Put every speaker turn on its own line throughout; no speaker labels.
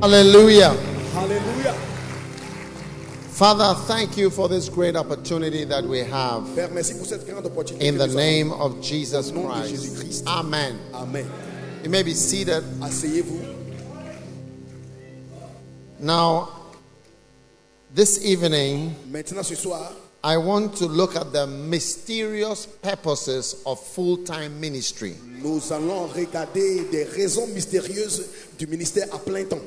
Hallelujah.
Alléluia.
Father, thank you for this great opportunity that we have
Père, merci pour cette grande opportunité.
in
que
the
nous
name of Jesus
Au nom de
Christ.
Jésus-Christ.
Amen.
avons. Amen.
You may be seated.
Asseyez-vous.
Now, this evening,
Maintenant, ce soir,
I want to look at the mysterious purposes of full time ministry.
nous allons regarder des raisons mystérieuses du ministère à plein temps.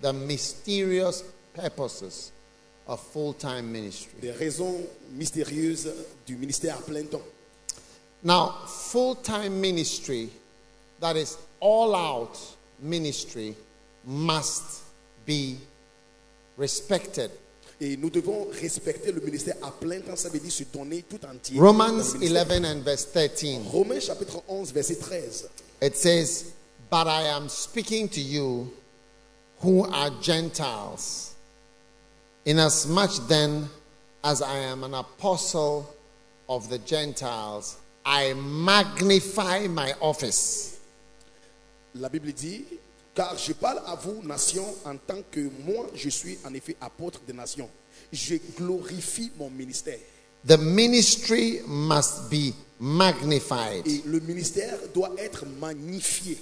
The mysterious purposes of full time ministry.
Des raisons mystérieuses du ministère à plein temps.
Now, full time ministry, that is all out ministry, must be respected.
Et nous devons respecter le ministère à plein temps. Ça veut dire se donner tout entier.
Romans
dans le ministère.
11 and verse 13,
Romains chapitre 11, verset 13.
it says, But I am speaking to you who are Gentiles, inasmuch then as I am an apostle of the Gentiles, I magnify my office.
La Bible dit, car je parle à vous, nations, en tant que moi, je suis en effet apôtre des nations. Je glorifie mon ministère.
The ministry must be magnified.
Et le ministère doit être magnifié.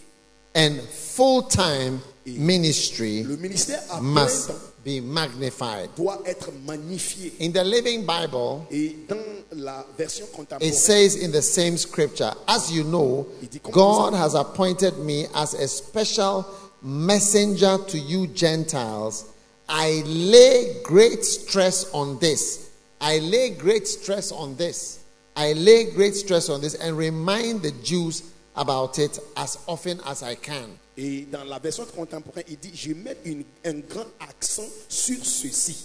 And full time ministry
Le ministère à plein
must
temps
be magnified.
doit être magnifié.
In the Living Bible,
Et dans la version
it
contemporaine,
says in the same scripture, As you know, God has appointed me as a special messenger to you Gentiles. I lay great stress on this. I lay great stress on this. I lay great stress on this and remind the Jews about it as often as I can.
et dans la version contemporaine, il dit, je mets une- un grand accent sur ceci.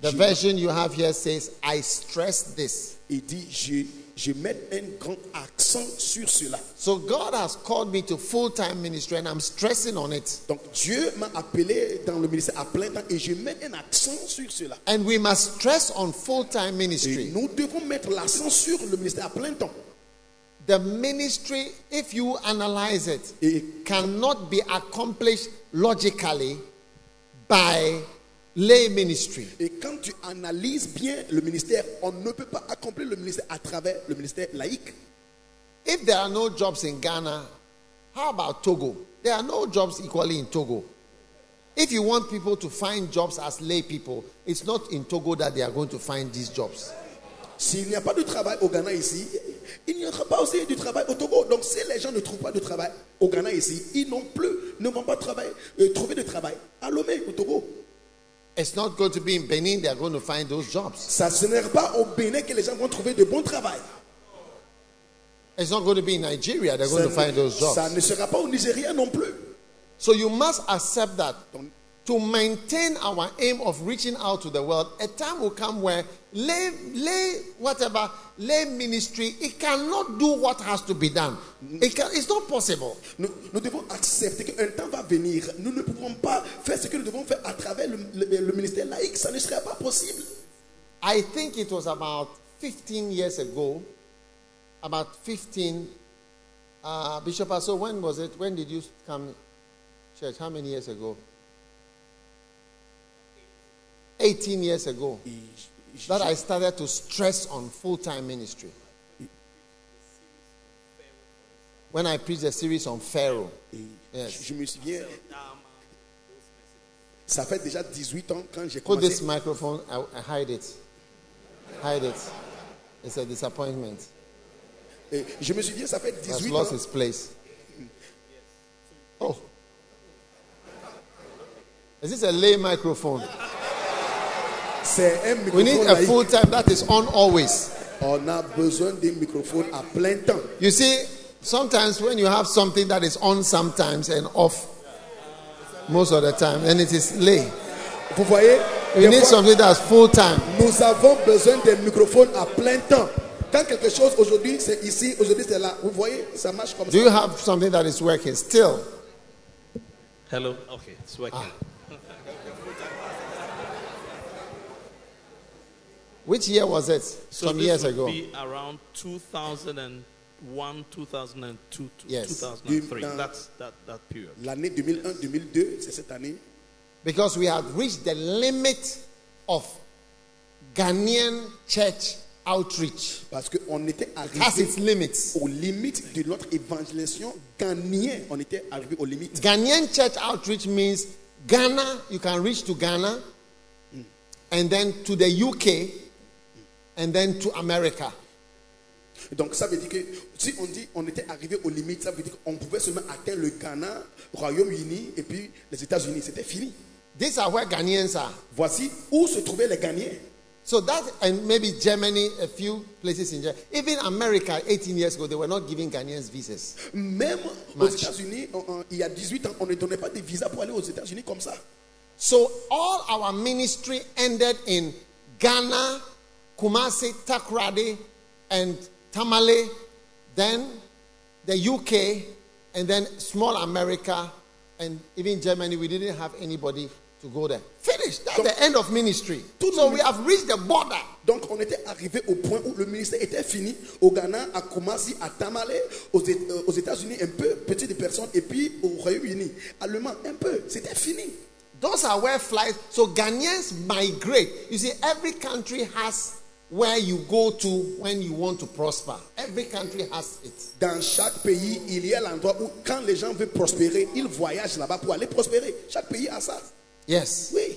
The
Je-
version you have here says, I stress this.
il dit, je, je mets un grand accent sur cela.
So God has called me to full time ministry and I'm stressing on it.
Donc Dieu m'a appelé dans le ministère à plein temps et je mets un accent sur cela.
And we must stress on full time
Et
ministry.
nous devons mettre l'accent sur le ministère à plein temps.
The ministry, if you analyze it,
Et-
cannot be accomplished logically by lay ministry.
Et quand tu analyses bien le ministère, on ne peut pas accomplir le ministère à travers le ministère laïque.
If there are no jobs in Ghana, how about Togo? There are no jobs equally in Togo. If you want people to find jobs as lay people, it's not in Togo that they are going to find these jobs.
S'il n'y a pas de travail au Ghana ici, il n'y aura pas aussi du travail au Togo. Donc si les gens ne trouvent pas de travail au Ghana ici, ils n'ont plus, ne vont pas travailler, euh, trouver de travail à Lomé, au Togo.
It's not going to be in Benin they are going to find those jobs.
Ça ce n'est pas au Bénin que les gens vont trouver de bons travail.
It's not going to be in Nigeria they're going
Ça
to find
ne,
those
ça
jobs.
ne sera pas au Nigeria non plus.
So you must accept that
Donc,
to maintain our aim of reaching out to the world, a time will come where lay, lay whatever, lay ministry, it cannot do what has to be done. It can, it's not possible.
Nous, nous devons accepter qu'un temps va venir. Nous ne pouvons pas faire ce que nous devons faire à travers le, le- le ministère laïque. Ça ne serait pas possible.
I think it was about 15 years ago, about 15. Uh, Bishop Aso, when was it? When did you come church? How many years ago? 18 years ago that I started to stress on full time ministry. When I preached a series on Pharaoh. Yes.
Je, je me souviens. Ça fait déjà 18 ans quand j'ai
Put this
commencé.
microphone, I, I hide it. Hide it. It's a disappointment.
Et je me souviens, ça fait
has
18 ans.
lost its place. Oh. Is this a lay microphone?
C'est un
We need
microphone
a
laïque.
full time that is on always.
On a besoin d'un microphone à plein temps.
You see, sometimes when you have something that is on sometimes and off most of the time, then it is lay.
Vous voyez,
We
des
need
fois,
something that's full time.
nous avons besoin d'un microphone à plein temps. Quand quelque chose aujourd'hui c'est ici, aujourd'hui c'est là. Vous voyez, ça marche comme ça.
Do you have something that is working still?
Hello. Okay, it's
Ah,
working.
Which year was it? Some
this
years
would
ago.
Be around 2001, 2002,
Yes.
2003.
You- now-
That's that that period.
L'année 2001-2002, c'est cette année.
Because we had reached the limit of Ghanaian church outreach.
Parce qu'on était
It has
arrivé
its limits.
aux limites de notre évangélisation ghanéen. On était arrivé aux limites.
Ghanaian church outreach means Ghana, you can reach to Ghana, and then to the UK, and then to America.
Donc ça veut dire que si on dit on était arrivé aux limites, ça veut dire qu'on pouvait seulement atteindre le Ghana, le Royaume-Uni et puis les États-Unis. C'était fini.
These are where Ghanaians are.
Voici où se trouvaient les Ghanéens.
So that, and maybe Germany, a few places in Germany. Even America, 18 years ago, they were not giving Ghanaians visas.
Même aux
Match.
États-Unis, en- en- il y a 18 ans, on ne donnait pas de visa pour aller aux États-Unis comme ça.
So all our ministry ended in Ghana, Kumasi, Takrady, and Tamale, then the UK, and then small America, and even Germany. We didn't have anybody to go there. Finished. That's the end of ministry. So we have reached the border.
Donc on était arrivé au point où le ministère était fini au Ghana, à Kumasi, à Tamale, aux, É- euh, aux États-Unis un peu, petites personnes, et puis au Royaume-Uni, allemand un peu. C'était fini.
Those are where flights. So Ghanaians migrate. You see, every country has where you go to when you want to prosper. Every country has it.
Dans chaque pays, il y a l'endroit où quand les gens veulent prospérer, ils voyagent là-bas pour aller prospérer. Chaque pays a ça.
Yes.
Oui.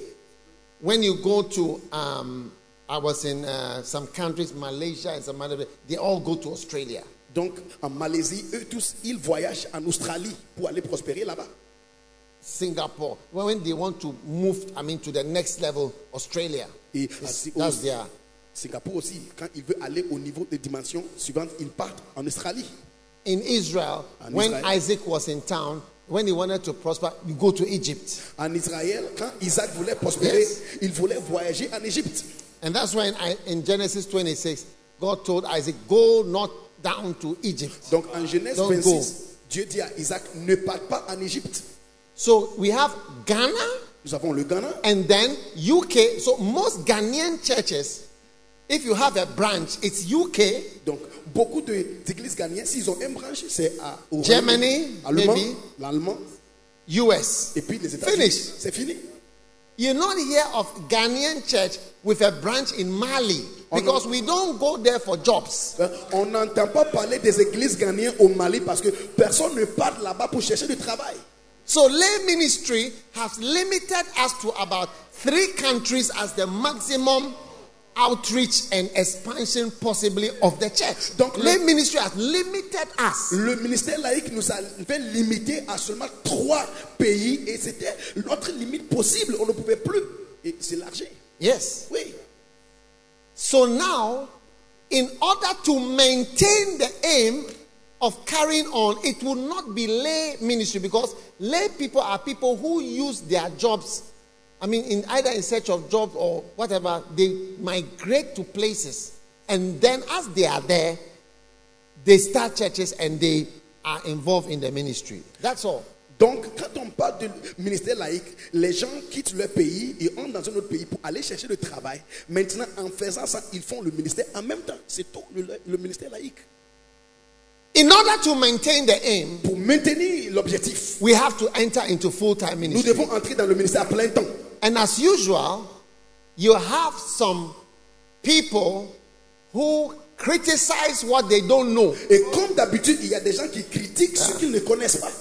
When you go to, um, I was in uh, some countries, Malaysia and some other. They all go to Australia.
Donc en Malaisie, eux tous, ils voyagent en Australie pour aller prospérer là-bas.
Singapore. When when they want to move, I mean, to the next level, Australia.
Et
It's-
aussi, au-
That's their.
Singapour aussi, quand il veut aller au niveau des dimensions suivantes, il part en Australie.
In Israel,
And
when
Israel.
Isaac was in town, when he wanted to prosper, you go to Egypt.
En Israël, quand Isaac voulait prospérer,
Yes.
il voulait voyager en Égypte.
And that's when I, in Genesis 26, God told Isaac, Go not down to Egypt.
Donc en Genèse
Don't
26,
go.
Dieu dit à Isaac, ne part pas en Égypte.
So we have Ghana
Nous avons le Ghana.
and then UK. So most Ghanaian churches, if you have a branch, it's UK,
Donc beaucoup de- d'églises ghanéennes, s'ils ont une branche, c'est à au
Germany,
Royaume-Uni, allemand,
maybe.
l'allemand
US.
et puis les États-Unis.
Finish.
C'est fini.
You not hear of Ghanaian church with a branch in Mali
Oh, no.
because we don't go there for jobs.
Hein, On n'entend pas parler des églises ghanéennes au Mali parce que personne ne part là-bas pour chercher du travail.
So lay ministry has limited us to about three countries as the maximum outreach and expansion possibly of the church.
Donc, le-
lay ministry has limited us.
Le ministère laïque nous avait limités à seulement trois pays et c'était l'autre limite possible. On ne pouvait plus et s'élargir.
Yes.
Oui.
So now, in order to maintain the aim of carrying on, it will not be lay ministry because lay people are people who use their jobs. I mean, in either in search of jobs or whatever, they migrate to places, and then as they are there, they start churches and they are involved in the ministry. That's all.
Donc, quand on parle de ministère laïque, les gens quittent leur pays et entrent dans un autre pays pour aller chercher le travail. Maintenant, en faisant ça, ils font le ministère en même temps. C'est tout le, le ministère laïque.
In order to maintain the aim,
Pour maintenir l'objectif,
we have to enter into full-time
nous
ministry.
devons entrer dans le ministère à plein temps.
And as usual, you have some people who criticize what they don't know.
Et comme d'habitude, il y a des gens qui critiquent ce qu'ils ne connaissent pas.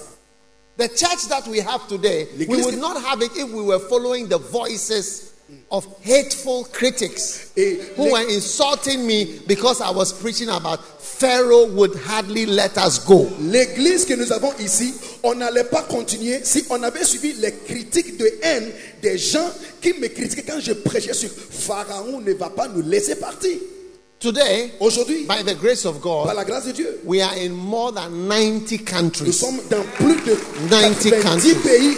The church that we have today, we
L'église-
would not have it if we were following the voices of hateful critics
Et
who
l'é-
were insulting me because I was preaching about Pharaoh would hardly let us go.
L'église que nous avons ici, on n'allait pas continuer si on avait suivi les critiques de haine des gens qui me critiquaient quand je prêchais sur Pharaon ne va pas nous laisser partir.
Today,
Aujourd'hui,
by the grace of
par
God,
la grâce de Dieu,
we are in more than 90
nous
countries
sommes dans plus de
90
90
countries.
pays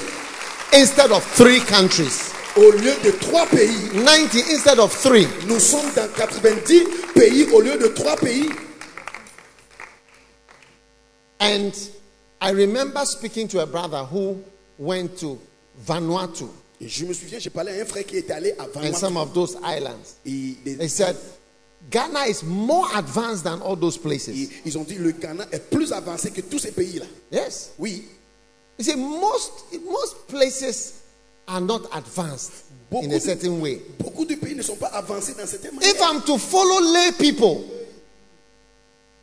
instead of three countries.
au lieu de 3 pays.
90 instead of three.
Nous sommes dans 90 pays au lieu de 3 pays.
And I remember speaking to a brother who went to Vanuatu
Et je me souviens, j'ai parlé à un frère qui était allé à
and
Vanuatu.
some of those islands.
Et des-
They said, Ghana is more advanced than all those
et
places.
ils ont dit le Ghana est plus avancé que tous ces pays-là.
Yes.
Oui,
You see, most, most places are not advanced
Beaucoup
in
de-
a certain way.
Beaucoup de pays ne sont pas avancés dans certaines manières.
If I'm to follow lay people,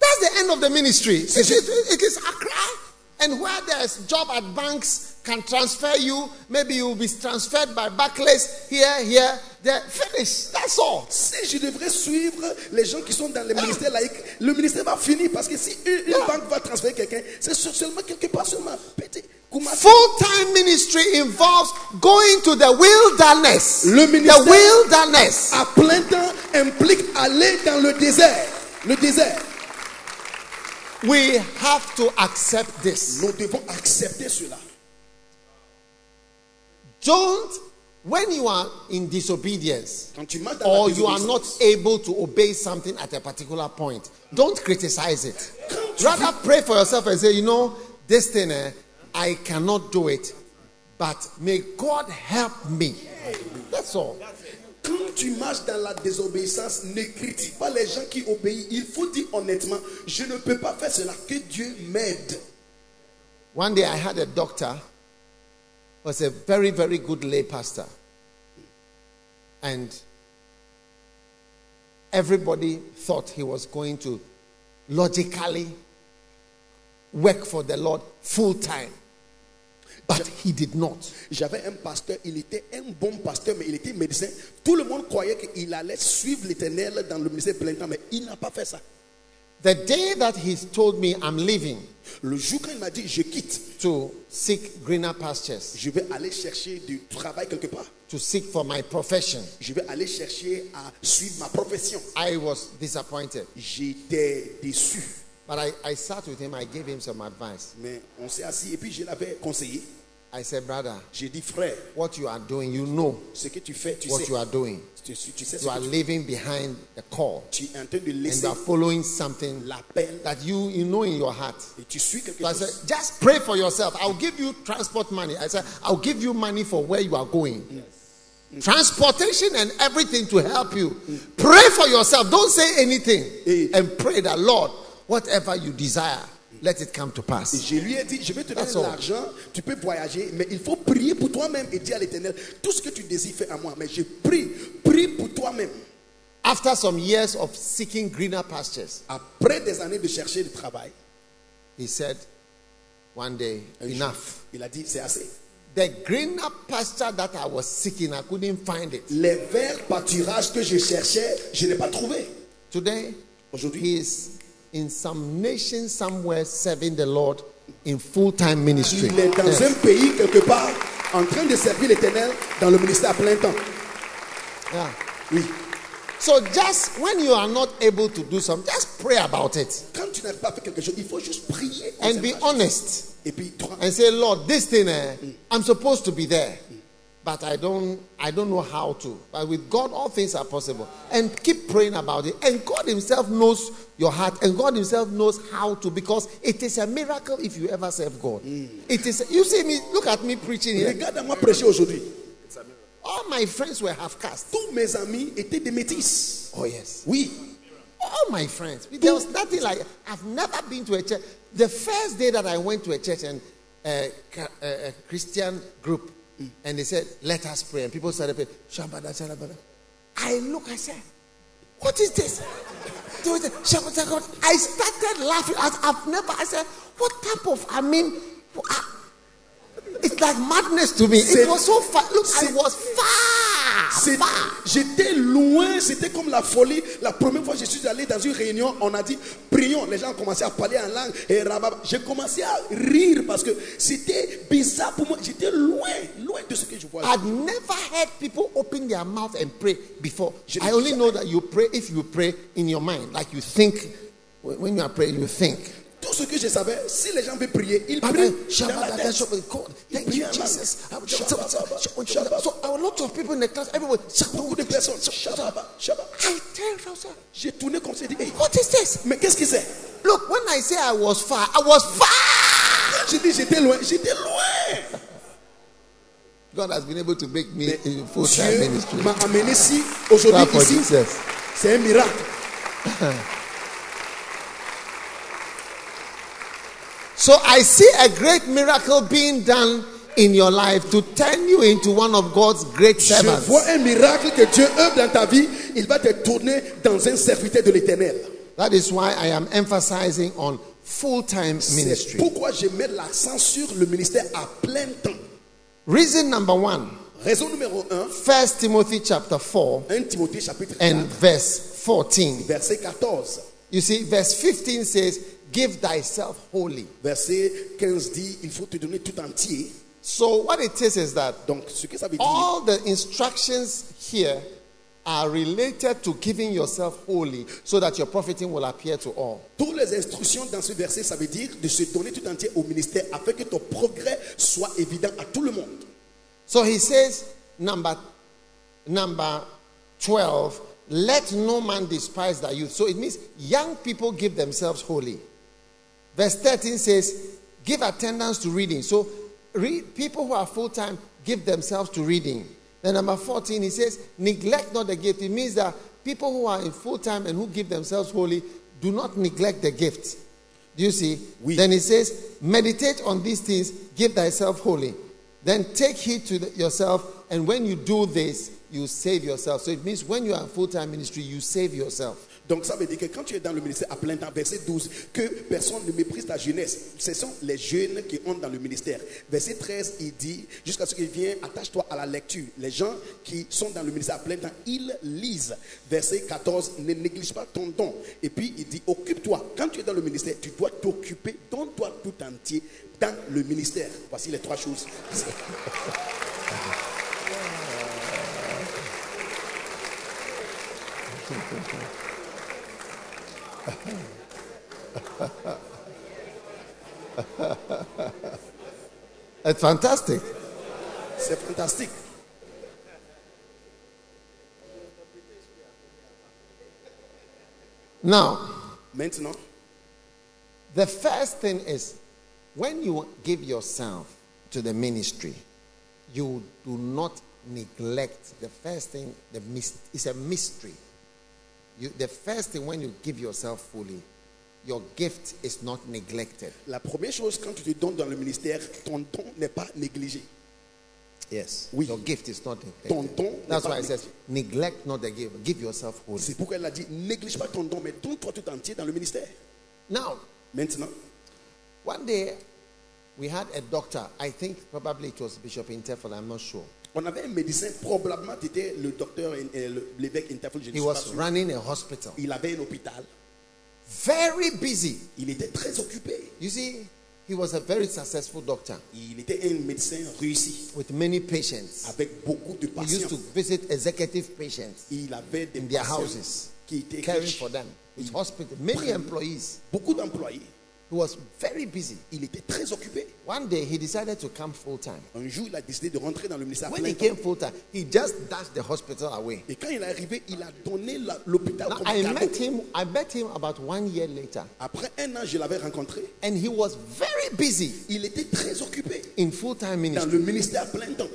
that's the end of the ministry. It is, it is Accra. And where there's job at banks can transfer you, maybe you'll be transferred by Barclays here, here, there. Finish. That's all.
Si je devrais suivre les gens qui sont dans les ministères laïques, le ministère va finir parce que si une, une
Ah!
banque va transférer quelqu'un, c'est sur- seulement quelque part seulement. Petit, Koumassi.
Full time ministry involves going to the wilderness.
Le ministère-
the wilderness.
à plein temps implique aller dans le désert. Le désert.
We have to accept this.
Nous devons accepter cela.
Don't, when you are in disobedience
Quand tu marches dans
or
la
you are not
désobéissance,
able to obey something at a particular point, don't criticize it.
quand tu vis-
Rather, pray for yourself and say, you know, this thing, eh, I cannot do it, but may God help me. That's all.
Quand tu marches dans la désobéissance, ne critique pas les gens qui obéissent. Il faut dire honnêtement, je ne peux pas faire cela. Que Dieu m'aide.
One day I had a doctor who was a very, very good lay pastor. And everybody thought he was going to logically work for the Lord full time. But he did not.
J'avais un pasteur, il était un bon pasteur, mais il était médecin. Tout le monde croyait qu'il allait suivre l'éternel dans le ministère plein temps, mais il n'a pas fait ça.
The day that he told me I'm leaving
Le jour quand il m'a dit, je quitte,
to seek greener pastures,
je vais aller chercher du travail quelque part.
to seek for my profession,
Je vais aller chercher à suivre ma profession.
I was disappointed.
J'étais déçu,
But I, I sat with him, I gave him some advice.
mais on s'est assis et puis je l'avais conseillé.
I said, Brother,
J'ai dit, frère,
what you are doing, you know
ce que tu fais, tu
what
sais.
you are doing.
Tu, tu sais ce
You
que
are
tu
leaving behind the call
tu es en train de
and
laisser
you are following something
l'appel
that you, you know in your heart.
et tu suis quelque
So I
chose.
said, just pray for yourself. I'll give you transport money. I said, I'll give you money for where you are going. Mm. Transportation and everything to help you. Pray for yourself. Don't say anything.
Eh.
And pray that, Lord, whatever you desire, let it come to pass.
Je lui ai dit, je vais te donner
That's
de
all.
l'argent, tu peux voyager, mais il faut prier pour toi-même et dire à l'éternel, tout ce que tu désires, fais à moi. Mais je prie, prie pour toi-même.
After some years of seeking greener pastures,
Après des années de chercher du travail,
he said, one day, enough.
il a dit, c'est assez.
The greener pasture that I was seeking, I couldn't find it.
Les verts pâturages que je cherchais, je n'ai pas trouvé.
Today,
Aujourd'hui,
he is in some nation somewhere serving the Lord in full time ministry.
il est dans
Yes.
un pays quelque part en train de servir l'éternel dans le ministère à plein temps.
Yeah.
Oui.
So, just when you are not able to do something, just pray about it
Quand tu n'arrives pas à faire quelque chose, il faut juste prier.
and be honest
Et puis, tu rends-
and say, Lord, this thing, eh, I'm supposed to be there. But I don't, I don't know how to. But with God, all things are possible. And keep praying about it. And God Himself knows your heart, and God Himself knows how to, because it is a miracle if you ever serve God. It is. You see me. Look at me preaching here.
regarde-moi prêcher aujourd'hui.
All my friends were half caste.
Tous mes amis étaient des métis.
Oh yes.
Oui.
All my friends. There was nothing like. I've never been to a church. The first day that I went to a church and uh, a, a, Christian group, and they said, "Let us pray," and people started praying. Shabada, shabada. I look. I said, "What is this?" They were saying, "Shabada, God." I started laughing. I, I've never. I said, "What type of? I mean." I- it's like madness to me. It was so far. Look, I was far,
C'est-
far.
J'étais loin, c'était comme la folie. La première fois que je suis allé dans une réunion, on a dit prions. Les gens ont commencé à parler en langue et rabab. J'ai commencé à rire parce que c'était bizarre pour moi. J'étais loin, loin de ce que je vois.
I'd never heard people open their mouth and pray before.
Je n'ai
I only know that you pray if you pray in your mind, like you think. When when you are praying, you think.
Tout ce que je savais, si les gens veulent prier, ils
But
prient.
I-
dans la tête.
God,
Ils
thank
prient
you,
en langue.
Jesus. I- So
Shabbat, shabbat, shabbat.
so a lot of people in the class, everyone.
Beaucoup de personnes. Shabbat, shabbat.
I tell myself,
J'ai tourné comme ça et dit hey,
what is this?
mais qu'est-ce que c'est
Look, when I say I was far, I was far.
J'ai dit j'étais loin, j'étais loin.
God has been able to make me
Mais
in full-time ministry.
Dieu m'a amené ici, aujourd'hui
Clap for
ici.
Jesus.
C'est un miracle.
So I see a great miracle being done in your life to turn you into one of God's great
Je
servants.
vois un miracle que Dieu œuvre dans ta vie. Il va te tourner dans un serviteur de l'éternel.
That is why I am emphasizing on full time
C'est
ministry.
pourquoi je mets l'accent sur le ministère à plein temps.
Reason number one
Raison numéro 1,
1 Timothy chapter 4
1 Timothée chapitre 4,
and verse 14.
verset 14.
You see, verse 15 says, Give thyself wholly.
Verset 15 dit, il faut te donner tout entier.
So, what it is is that
Donc, ce que ça veut dire,
all the instructions here are related to giving yourself wholly so that your profiting will appear to all.
toutes les instructions dans ce verset, ça veut dire de se donner tout entier au ministère afin que ton progrès soit évident à tout le monde.
So he says, number, number 12, let no man despise thy youth. So it means young people give themselves wholly. Verse 13 says, give attendance to reading. So read, people who are full time give themselves to reading. Then number 14, he says, neglect not the gift. It means that people who are in full time and who give themselves wholly do not neglect the gift. Do you see?
Oui.
Then he says, meditate on these things, give thyself wholly. Then take heed to the- yourself, and when you do this, you save yourself. So it means when you are in full time ministry, you save yourself.
Donc ça veut dire que quand tu es dans le ministère à plein temps, verset 12, que personne ne méprise ta jeunesse. Ce sont les jeunes qui entrent dans le ministère. Verset 13, il dit, jusqu'à ce qu'il vienne, attache-toi à la lecture. Les gens qui sont dans le ministère à plein temps, ils lisent. Verset 14, ne néglige pas ton don. Et puis il dit, occupe-toi. Quand tu es dans le ministère, tu dois t'occuper, donne-toi tout entier dans le ministère. Voici les trois choses.
That's fantastic.
C'est fantastique.
Now,
Maintenant,
the first thing is when you give yourself to the ministry, you do not neglect the first thing, the mys- it's a mystery. You, the first thing when you give yourself fully, your gift is not neglected.
la première chose, quand tu te donnes dans le ministère, ton don n'est pas négligé.
Yes.
Oui.
Your gift is not neglected.
Ton don
That's
n'est
why it
pas
says, neglect not the gift. Give yourself wholly.
C'est pourquoi elle a dit néglige pas ton don, mais donne-toi tout entier dans le ministère.
Now,
Maintenant,
one day we had a doctor. I think probably it was Bishop Interfell. I'm not sure.
on avait un médecin, probablement tu étais le docteur, et- et le- l'évêque Interfol, je ne
He
suis pas
was
sûr.
running a hospital.
Il avait un hôpital,
Very busy.
il était très occupé.
You see, he was a very successful doctor
Il était un médecin réussi,
with many patients.
avec beaucoup de
He used to
patients.
visit executive patients,
Il avait des
in their
patients
houses.
qui étaient
caring
riches.
for them, with hospital, many employees.
beaucoup d'employés.
He was very busy.
Il était très occupé.
One day he decided to come full time.
Un jour, il a décidé de rentrer dans le ministère. à
When
plein
he
temps.
came full time, he just dashed the hospital away.
Et quand il est arrivé, il a donné la- l'hôpital
Now,
comme
I
cadeau.
met him. I met him about one year later,
Après un an, je l'avais rencontré.
and he was very busy
Il était très occupé
in full-time
dans
ministry,
le ministère à plein temps.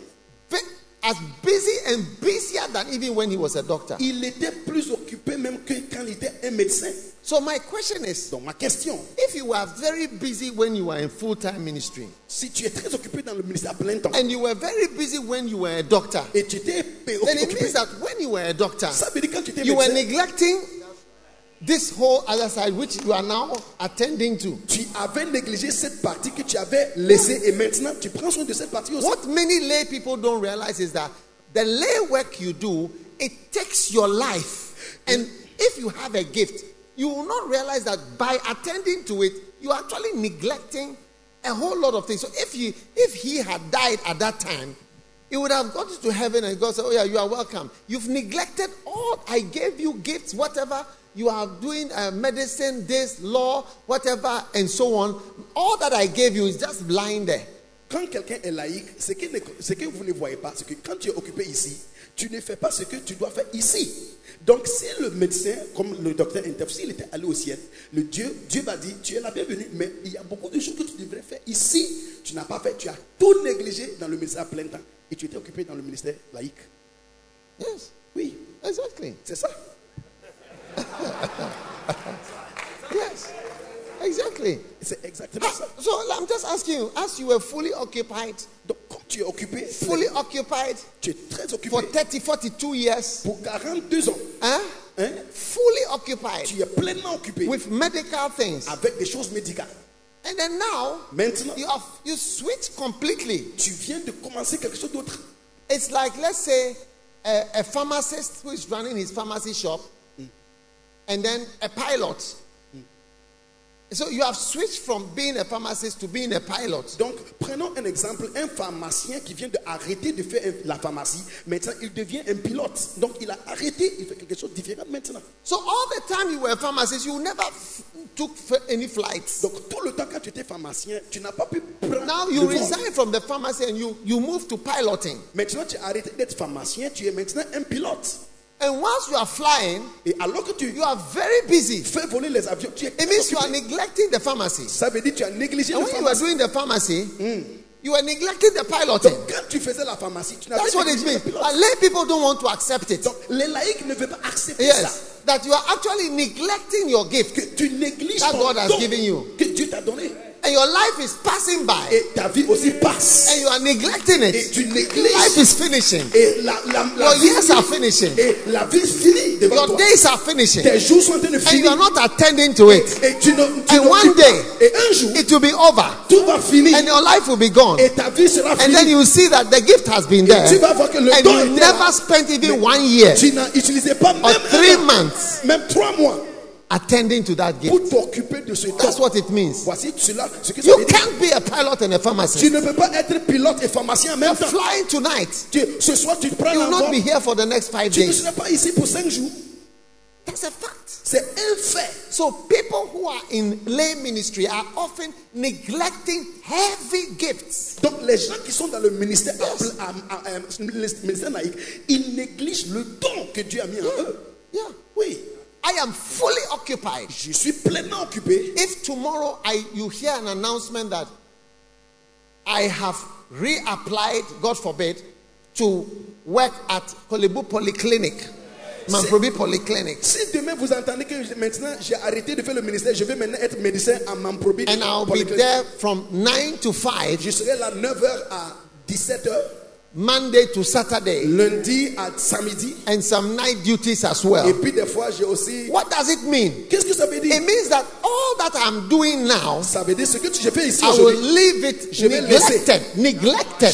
Be- as busy and busier than even when he was a doctor.
Il était plus occupé même que quand il était un médecin.
So my question is:
Donc ma question,
If you were very busy when you were in full-time ministry,
si tu es très occupé dans le ministère à plein temps
and you were very busy when you were a doctor,
et tu t'es pé-
then it
occupé,
means that when you were a doctor,
ça veut dire quand tu t'es
you were
médecin,
neglecting this whole other side which you are now attending to.
tu avais négligé cette partie que tu avais laissée et maintenant tu prends soin de cette partie aussi.
What many lay people don't realize is that the lay work you do, it takes your life. And if you have a gift, you will not realize that by attending to it, you are actually neglecting a whole lot of things. So if he, if he had died at that time, he would have gotten to heaven and God said, Oh, yeah, you are welcome. You've neglected all. I gave you gifts, whatever. You are doing uh, medicine, this, law, whatever, and so on. All that I gave you is just lying there.
Quand quelqu'un est laïque, ce que, ne- ce que vous ne voyez pas, c'est que quand tu es occupé ici, tu ne fais pas ce que tu dois faire ici. Donc si le médecin, comme le docteur Interf, s'il était allé au ciel, le Dieu, Dieu va dire, tu es la bienvenue, mais il y a beaucoup de choses que tu devrais faire ici. Tu n'as pas fait, tu as tout négligé dans le ministère à plein temps. Et tu étais occupé dans le ministère laïque.
Yes.
Oui,
Exactly.
c'est ça.
Yes. Exactly.
C'est exactement
Ah,
ça.
So I'm just asking you, as you were fully occupied
Donc comme tu es occupé,
fully occupied
tu es très occupé.
for 30, 42 years,
Pour 42 ans,
huh?
hein,
fully occupied
tu es pleinement occupé
with medical things.
avec des choses médicales.
And then now,
Maintenant,
you, have, you switch completely.
tu viens de commencer quelque chose d'autre.
It's like, let's say, a, a pharmacist who is running his pharmacy shop, and then a pilot. So you have switched from being a pharmacist to being a pilot.
Donc, prenons un exemple, un pharmacien qui vient d'arrêter de faire la pharmacie, maintenant il devient un pilote. Donc, il a arrêté, il fait quelque chose de différent maintenant.
So all the time you were a pharmacist, you never f- took f- any flights.
Donc, tout le temps quand tu étais pharmacien, tu n'as pas pu prendre.
Now
le
you
vol.
resign from the pharmacy and you, you move to piloting.
Maintenant, tu as arrêté d'être pharmacien, tu es maintenant un pilote.
And once you are flying,
Et alors que tu
you are very busy.
fais voler les avions, tu es.
It means you are neglecting the pharmacy.
Ça veut dire que tu as négligé
And
la
when you were
pharmacie.
doing the pharmacy, you were neglecting the piloting.
Quand tu faisais la pharmacie, tu n'avais
That's
pas
what it
négligé le
means.
pilote.
But lay people don't want to accept it.
Donc, les laïcs ne veulent pas accepter ça.
Yes, that you are actually neglecting your gift,
Que tu négliges
That
ton
God has
don
given you.
que Dieu t'a donné.
and your life is passing by,
Et ta vie aussi passe.
and you are neglecting
Et
it.
tu
Life
négliges.
is finishing.
Et la, la, la
Your years
vie,
are finishing.
et la vie finit devant
Your
toi.
days are finishing,
Tes jours sont en train de
and you
finir.
are not attending to it.
Et tu ne, tu
And
ne-
one day,
et un jour,
It will be over,
tout va finir.
and your life will be gone.
et ta vie sera
And then
finie.
you will see that the gift has been there,
tu vas voir que le
and
don
you
était là.
never spent even one year
Tu n'as utilisé pas même,
or three
un an,
months
même trois mois
attending to that gift.
pour t'occuper de ce
That's
don.
what it means.
Voici cela, ce que ça veut
You
dire.
can't be a pilot and a pharmacist.
Tu ne peux pas être pilote et pharmacien en même temps.
Flying tonight,
Tu- ce soir, tu prends
you will
l'avion.
not be here for the next five
Tu ne
days.
seras pas ici pour cinq jours.
That's a fact.
C'est un fait.
So people who are in lay ministry are often neglecting heavy gifts.
Donc les gens qui sont dans le ministère, appelé- à- à- à- le ministère laïque, ils négligent le don que Dieu a mis en eux.
Yeah.
Oui,
I am fully occupied.
je suis pleinement occupé.
If tomorrow I you hear an announcement that I have reapplied, God forbid, to work at Kolebu Polyclinic, Manprobi Polyclinic,
Si demain vous entendez que je- maintenant j'ai arrêté de faire le ministère, je vais maintenant être médecin à Mamprobi.
and I'll be
Polyclinique.
there from nine to five,
Je serai là 9h à 17h,
Monday to Saturday,
lundi à samedi,
and some night duties as
et
well.
puis des fois j'ai aussi.
What does it mean?
Qu'est-ce que ça veut dire
It means that all that I'm doing now,
Ça veut dire ce que tu- j'ai fait ici
I will
aujourd'hui.
leave it
Je vais laisser.
neglected,
Je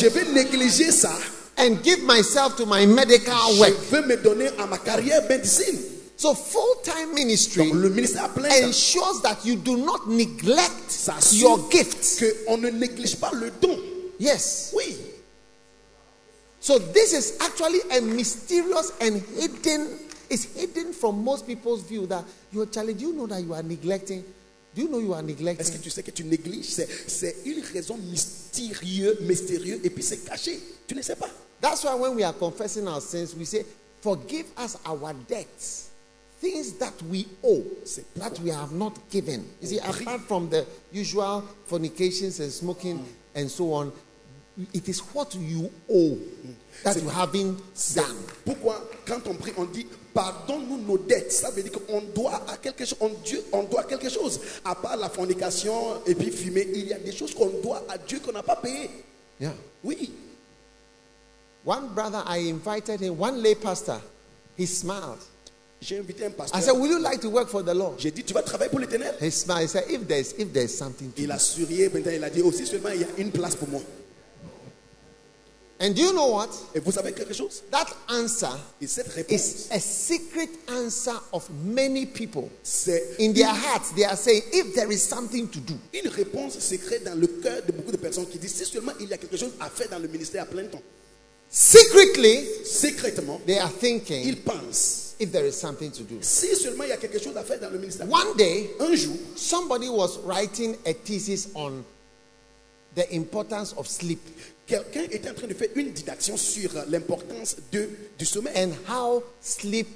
neglected,
vais négliger ça.
and give myself to my medical
Je
work.
vais me donner à ma carrière médecine.
So full-time ministry
Donc le ministère a plein temps.
ensures that you do not neglect
Ça assure
your gifts.
que on ne néglige pas le don.
Yes.
Oui.
So this is actually a mysterious and hidden. It's hidden from most people's view that you actually do you know that you are neglecting. Do you know you are
Est-ce que
neglecting?
tu sais que tu négliges C'est- C'est une raison mystérieuse, mystérieuse, et puis c'est caché. Tu ne sais pas.
That's why when we are confessing our sins, we say, Forgive us our debts, things that we owe, that we have not given. You see, apart from the usual fornications and smoking and so on, it is what you owe that you haven't done.
Pourquoi quand on prie, on dit pardonne-nous nos dettes Ça veut dire qu'on doit à quelque chose, on, Dieu, on doit quelque chose. À part la fornication et puis fumer, il y a des choses qu'on doit à Dieu qu'on n'a pas payé.
Yeah.
Oui.
One brother, I invited him, one lay pastor, he smiled.
J'ai invité un pasteur.
I said, Would you like to work for the Lord?
J'ai dit tu vas travailler pour l'éternel.
He smiled. He said, If there's if there's something to
Il a sourié, maintenant il a dit aussi seulement il y a une place pour moi.
and do you know what?
Et vous savez quelque chose
That answer
Et cette réponse,
is a secret answer of many people.
c'est
In their hearts, they are saying, if there is something to do,
Une réponse secrète dans le cœur de beaucoup de personnes qui disent si seulement il y a quelque chose à faire dans le ministère à plein temps.
secretly,
Secrètement,
they are thinking,
ils pensent
if there is something to do.
si seulement il y a quelque chose à faire dans le ministère.
One day,
Un jour,
somebody was writing a thesis on the importance of sleep
quelqu'un était en train de faire une didaction sur l'importance de, du sommeil.
and how sleep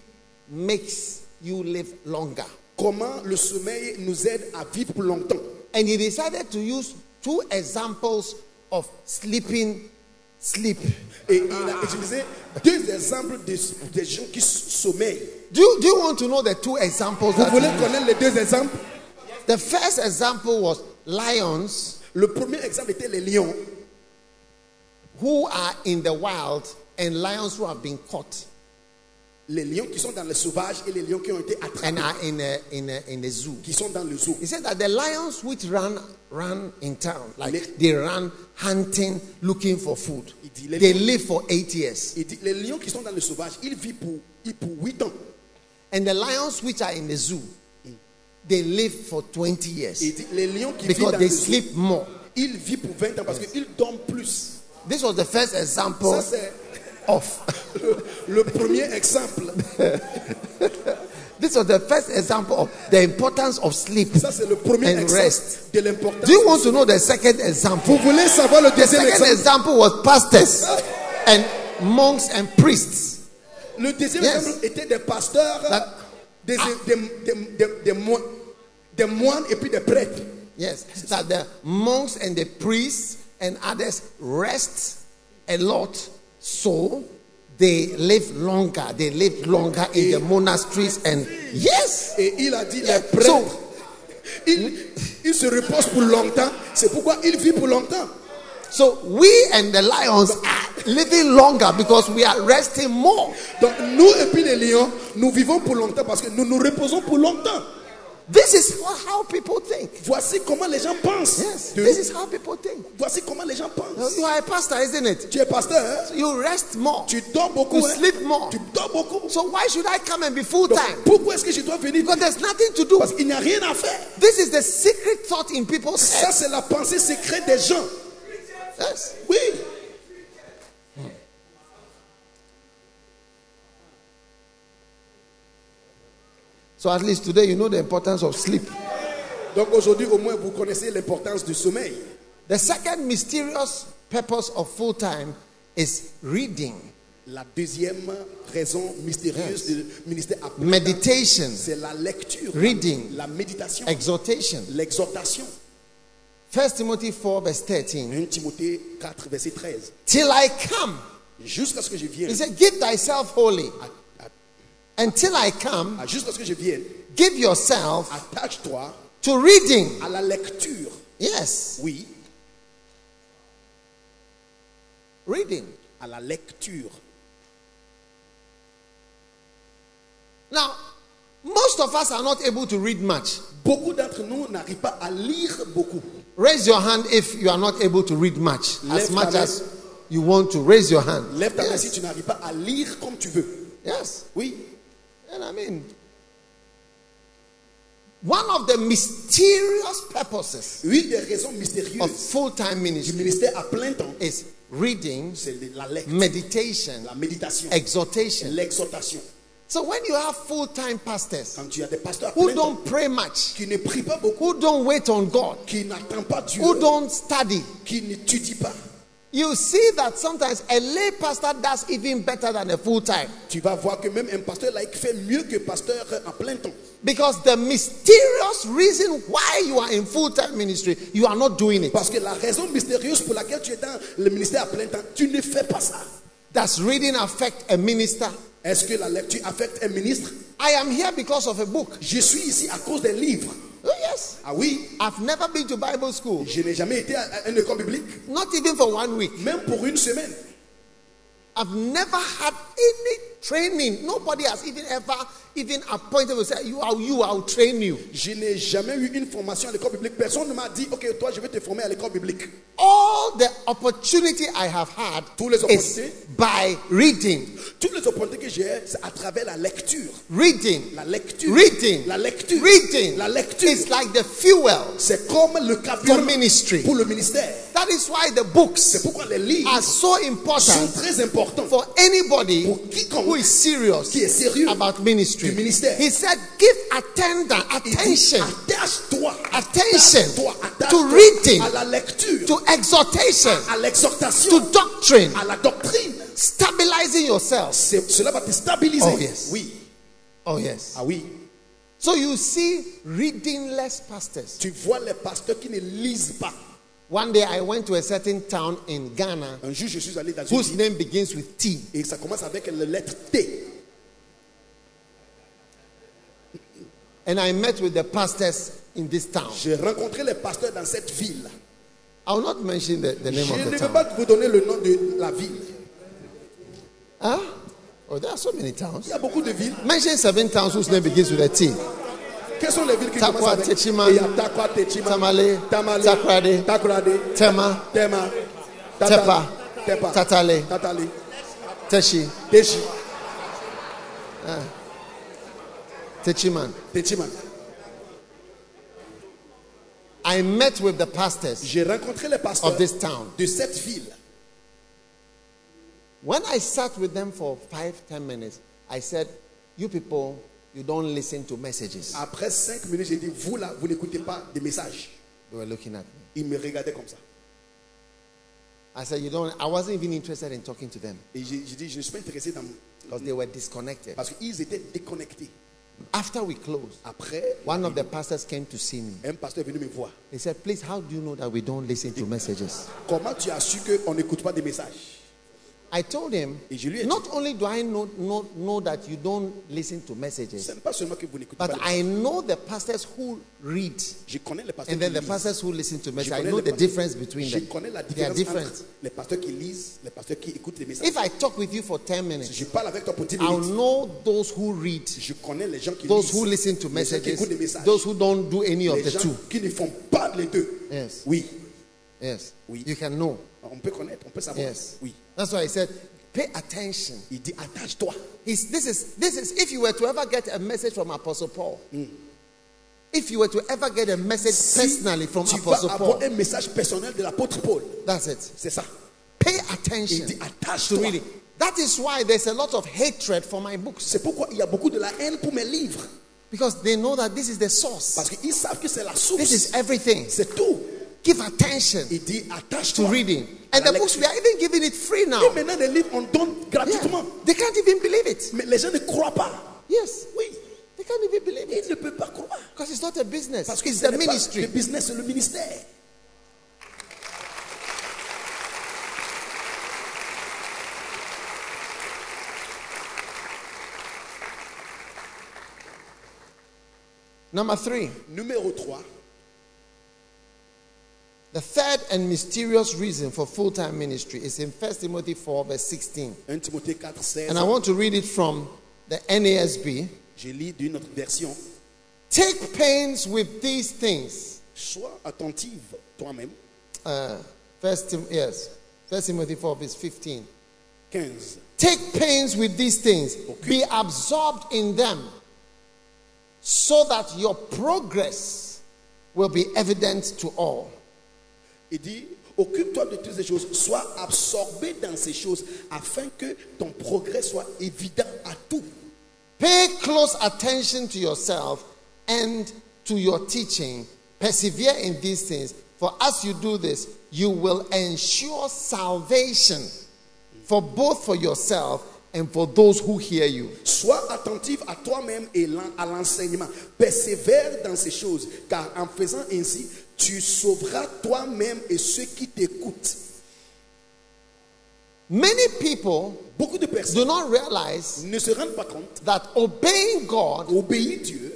makes you live longer.
Comment le sommeil nous aide à vivre plus longtemps.
And he decided to use two examples of sleeping sleep.
Et il a utilisé deux exemples de- des gens qui s- sommeillent. Ah.
Do you, do you want to know the two examples?
Vous
That
voulez
he used?
connaître les deux exemples
the first example was lions
Le premier exemple était les lions.
who are in the wild and lions who have been caught
Les lions qui sont dans le sauvage et les lions qui ont été attrapés,
and are in a, in a, in the zoo.
qui sont dans le zoo.
He said that the lions which ran ran in town,
Le-
like they ran hunting, looking for food.
Il dit, les
They
lions-
live for eight years.
Il dit, les lions qui sont dans le sauvage, ils vivent pour, ils pour 8 ans.
And the lions which are in the zoo,
Mm.
they live for 20 years
Il dit, les lions qui vivent
because
dans
they
le zoo,
sleep more.
ils vivent pour 20 ans parce qu'ils dorment plus.
This was the first example
Ça, c'est
of
le premier exemple.
this was the first example of the importance of sleep.
Ça, c'est le premier
And
exemple
rest.
de l'importance.
Do you want to know the second example?
Vous voulez savoir le
The
deuxième
second
exemple
example was pastors and monks and priests.
Le deuxième
Yes.
exemple était des pasteurs,
That-
des, des, des, des- des moines, des moines et puis des prêtres.
Yes, that the monks and the priests and others rest a lot, so they live longer. They live longer in the monasteries and yes,
Et il a dit, les prêtres,
so
ils, ils se reposent pour longtemps. C'est pourquoi ils vivent pour longtemps.
so we and the lions are living longer because we are resting more.
Donc nous et puis les lions, nous vivons pour longtemps parce que nous nous reposons pour longtemps.
This is what- how people think.
Voici comment les gens pensent.
Yes,
de
this
nous.
is how people think.
Voici comment les gens pensent.
You are a pastor, isn't it?
Tu es pasteur, hein?
You rest more.
tu dors beaucoup.
You
hein?
sleep more.
Tu dors beaucoup.
So why should I come and be full
Donc,
time?
pourquoi est-ce que je dois venir
Because there's nothing to do.
Parce qu'il n'y a rien à faire.
This is the secret thought in people's
Ça,
heads.
c'est la pensée secrète des gens.
Yes.
Oui.
So at least today you know the importance of sleep.
Donc aujourd'hui, au moins, vous connaissez l'importance du sommeil.
The second mysterious purpose of full time is reading,
La deuxième raison mystérieuse du ministère appelé,
meditation,
c'est la lecture,
Reading.
la méditation,
exhortation.
l'exhortation.
First Timothy 4 verse 13.
1 Timothée 4, verset 13.
Till I come.
Jusqu'à ce que je
He
vienne,
said, give thyself wholly.
à- à-
Until I come,
à- jusqu'à ce que je vienne,
give yourself
attache-toi
to reading.
à la lecture.
Yes,
Oui,
reading.
à la lecture.
Now, most of us are not able to read much.
Beaucoup d'entre nous n'arrivent pas à lire beaucoup.
Raise your hand if you are not able to read much, as
Left
much
hand.
as you want to. Raise your hand.
Lève ta main si
yes.
tu n'arrives pas à lire comme tu veux.
yes.
Oui.
And I mean, one of the mysterious purposes
Une des raisons
of
mystérieuses
full time
du
ministry
ministère à plein temps,
is reading,
c'est la lecture,
meditation,
la méditation,
exhortation.
l'exhortation.
So when you have full time pastors
Quand tu as des pasteurs à
who
plein temps
don't pray much,
qui ne prient pas beaucoup,
who don't wait on God,
qui n'attendent pas Dieu,
who don't study,
qui n'étudient pas,
you see that sometimes a lay pastor does even better than a full time.
tu vas voir que même un pasteur laïque fait mieux que pasteur à plein temps.
Because the mysterious reason why you are in full time ministry, you are not doing it.
Parce que la raison mystérieuse pour laquelle tu es dans le ministère à plein temps, tu ne fais pas ça.
Does reading affect a minister?
Est-ce que la lecture affecte un ministre
I am here because of a book.
Je suis ici à cause des livres.
Oh, yes.
Ah oui,
I've never been to Bible school,
je n'ai jamais été à à une école biblique,
not even for one week.
même pour une semaine.
I've never had any training. Nobody has even ever even appointed me say, You are you, I'll train you.
Je n'ai jamais eu une formation à l'école biblique. Personne ne m'a dit, OK, toi, je vais te former à l'école biblique.
All the opportunity I have had
Tous les
is
opportunités.
by reading,
Toutes les opportunités que j'ai, c'est à travers la lecture.
reading,
La lecture.
reading,
La lecture.
reading.
La lecture.
It's like the fuel
C'est comme le
for
carburant
ministry. Ah,
pour le ministère.
That is why the books
C'est pourquoi les livres
are so
sont
important
très importants
for anybody
pour quiconque
who is serious
qui est sérieux.
about ministry.
Du ministère.
He said, give attendance,
Il dit,
attention
Attache-toi.
Attention.
Attache-toi.
To
Attache-toi
reading.
À la lecture.
to exhortation,
à l'exhortation.
to doctrine,
à la doctrine.
stabilizing yourself.
C'est- Cela va te stabiliser.
Oh, yes.
Oui.
Oh, yes.
Ah oui.
So you see reading less pastors.
Tu vois les pasteurs qui ne lisent pas.
One day I went to a certain town in Ghana
Un jour, je suis allé dans une
whose
ville
name begins with T.
et ça commence avec la lettre T.
And I met with the pastors in this town.
J'ai rencontré les pasteurs dans cette ville.
I will not mention the, the name
Je
of
ne
the
vais
town.
pas vous donner le nom de la ville.
Huh? Oh, there are so many
Il
towns.
y a beaucoup de villes.
Mention seven towns whose name begins with a T.
Quelles sont les villes qui
Takwa,
commencent avec
Techiman,
Il y a Takwa, Techiman,
Tamale,
Tamale,
Takrade,
Takrade,
Tema,
Tema,
Tepa,
Tepa,
Tatale,
Tatale,
Teshi,
Techi,
Techiman.
Techiman.
I met with the pastors
J'ai rencontré les pasteurs
of this town.
de cette ville.
When I sat with them for five, ten minutes, I said, You people, you don't listen to messages.
Après cinq minutes, j'ai dit, vous là, vous n'écoutez pas des messages.
They were looking at me.
Ils me regardaient comme ça.
I said, You don't, I wasn't even interested in talking to them
Et j'ai j'ai dit, je ne suis pas intéressé dans...
because they were disconnected.
Parce qu'ils étaient déconnectés.
After we closed,
Après,
one of the pastors came to see me.
un pasteur est venu me voir.
He said, Please, how do you know that we don't listen to messages?
Comment tu as su qu'on n'écoute pas des messages
I told him,
Et je lui ai dit-
Not only do I know, know, know that you don't listen to messages,
Ce n'est pas seulement que vous n'écoutez pas.
but
des messages.
I know the pastors who read
Je connais les pasteurs.
and then
qui
the
lisent.
pastors who listen to
Je
messages. I
connais
know
les
the
pasteurs.
difference between
Je
them.
connais la
They are
différence
different.
entre les pasteurs qui lisent, les pasteurs qui écoutent les messages.
If I talk with you for 10
Si
minutes,
je parle avec toi pour 10
I'll
minutes,
know those who read,
je connais les gens qui
those
lisent,
who listen to
les gens qui écoutent les
messages,
messages,
those who don't do any of
les
the
gens
two.
qui ne font pas les deux.
Yes.
Oui,
Yes.
Oui.
You can know.
on peut connaître, on peut savoir.
Yes.
Oui.
That's why I said, pay attention.
Il dit attache-toi.
He's, this is this is if you were to ever get a message from Apostle Paul, if you were to ever get a message personally from
tu
Apostle
vas
Paul,
avoir un message personnel de l'apôtre Paul.
that's it.
C'est ça.
Pay
Il
attention
dit
to
attache-toi.
reading. That is why there's a lot of hatred for my books
C'est pourquoi il y a beaucoup de la haine pour mes livres.
because they know that this is the source.
Parce qu'ils savent que c'est la
This
source.
is everything.
C'est tout.
Give attention
Il dit attache-toi.
to reading. And the books we are even giving it free now.
Et maintenant, les livres, on donne
Yeah.
gratuitement.
They can't even believe it.
Mais les gens ne croient pas.
Yes.
Oui,
They can't even believe it
ils ne peuvent pas croire.
because it's not a business.
Parce que
It's
ce
the
n'est pas le
ministry.
business, c'est le ministère.
Number 3.
Numéro 3,
The third and mysterious reason for full time ministry is in 1 Timothy 4, verse 16.
1 Timothée 4, 16.
And I want to read it from the NASB.
Je lis d'une autre version.
Take pains with these things.
Sois attentive toi-même.
Uh, first Tim- yes, 1 Timothy 4, verse 15.
15.
Take pains with these things, be absorbed in them, so that your progress will be evident to all.
Il dit Occupe-toi de toutes ces choses, sois absorbé dans ces choses afin que ton progrès soit évident à tout.
Pay close attention to yourself and to your teaching. Persevere in these things, for as you do this, you will ensure salvation for both for yourself and for those who hear you.
Sois attentif à toi-même et l'en- à l'enseignement. Persévère dans ces choses, car en faisant ainsi, tu sauveras toi-même et ceux qui t'écoutent.
Many people
Beaucoup de personnes
do not realize
ne se rendent pas compte,
that obeying God
obéir Dieu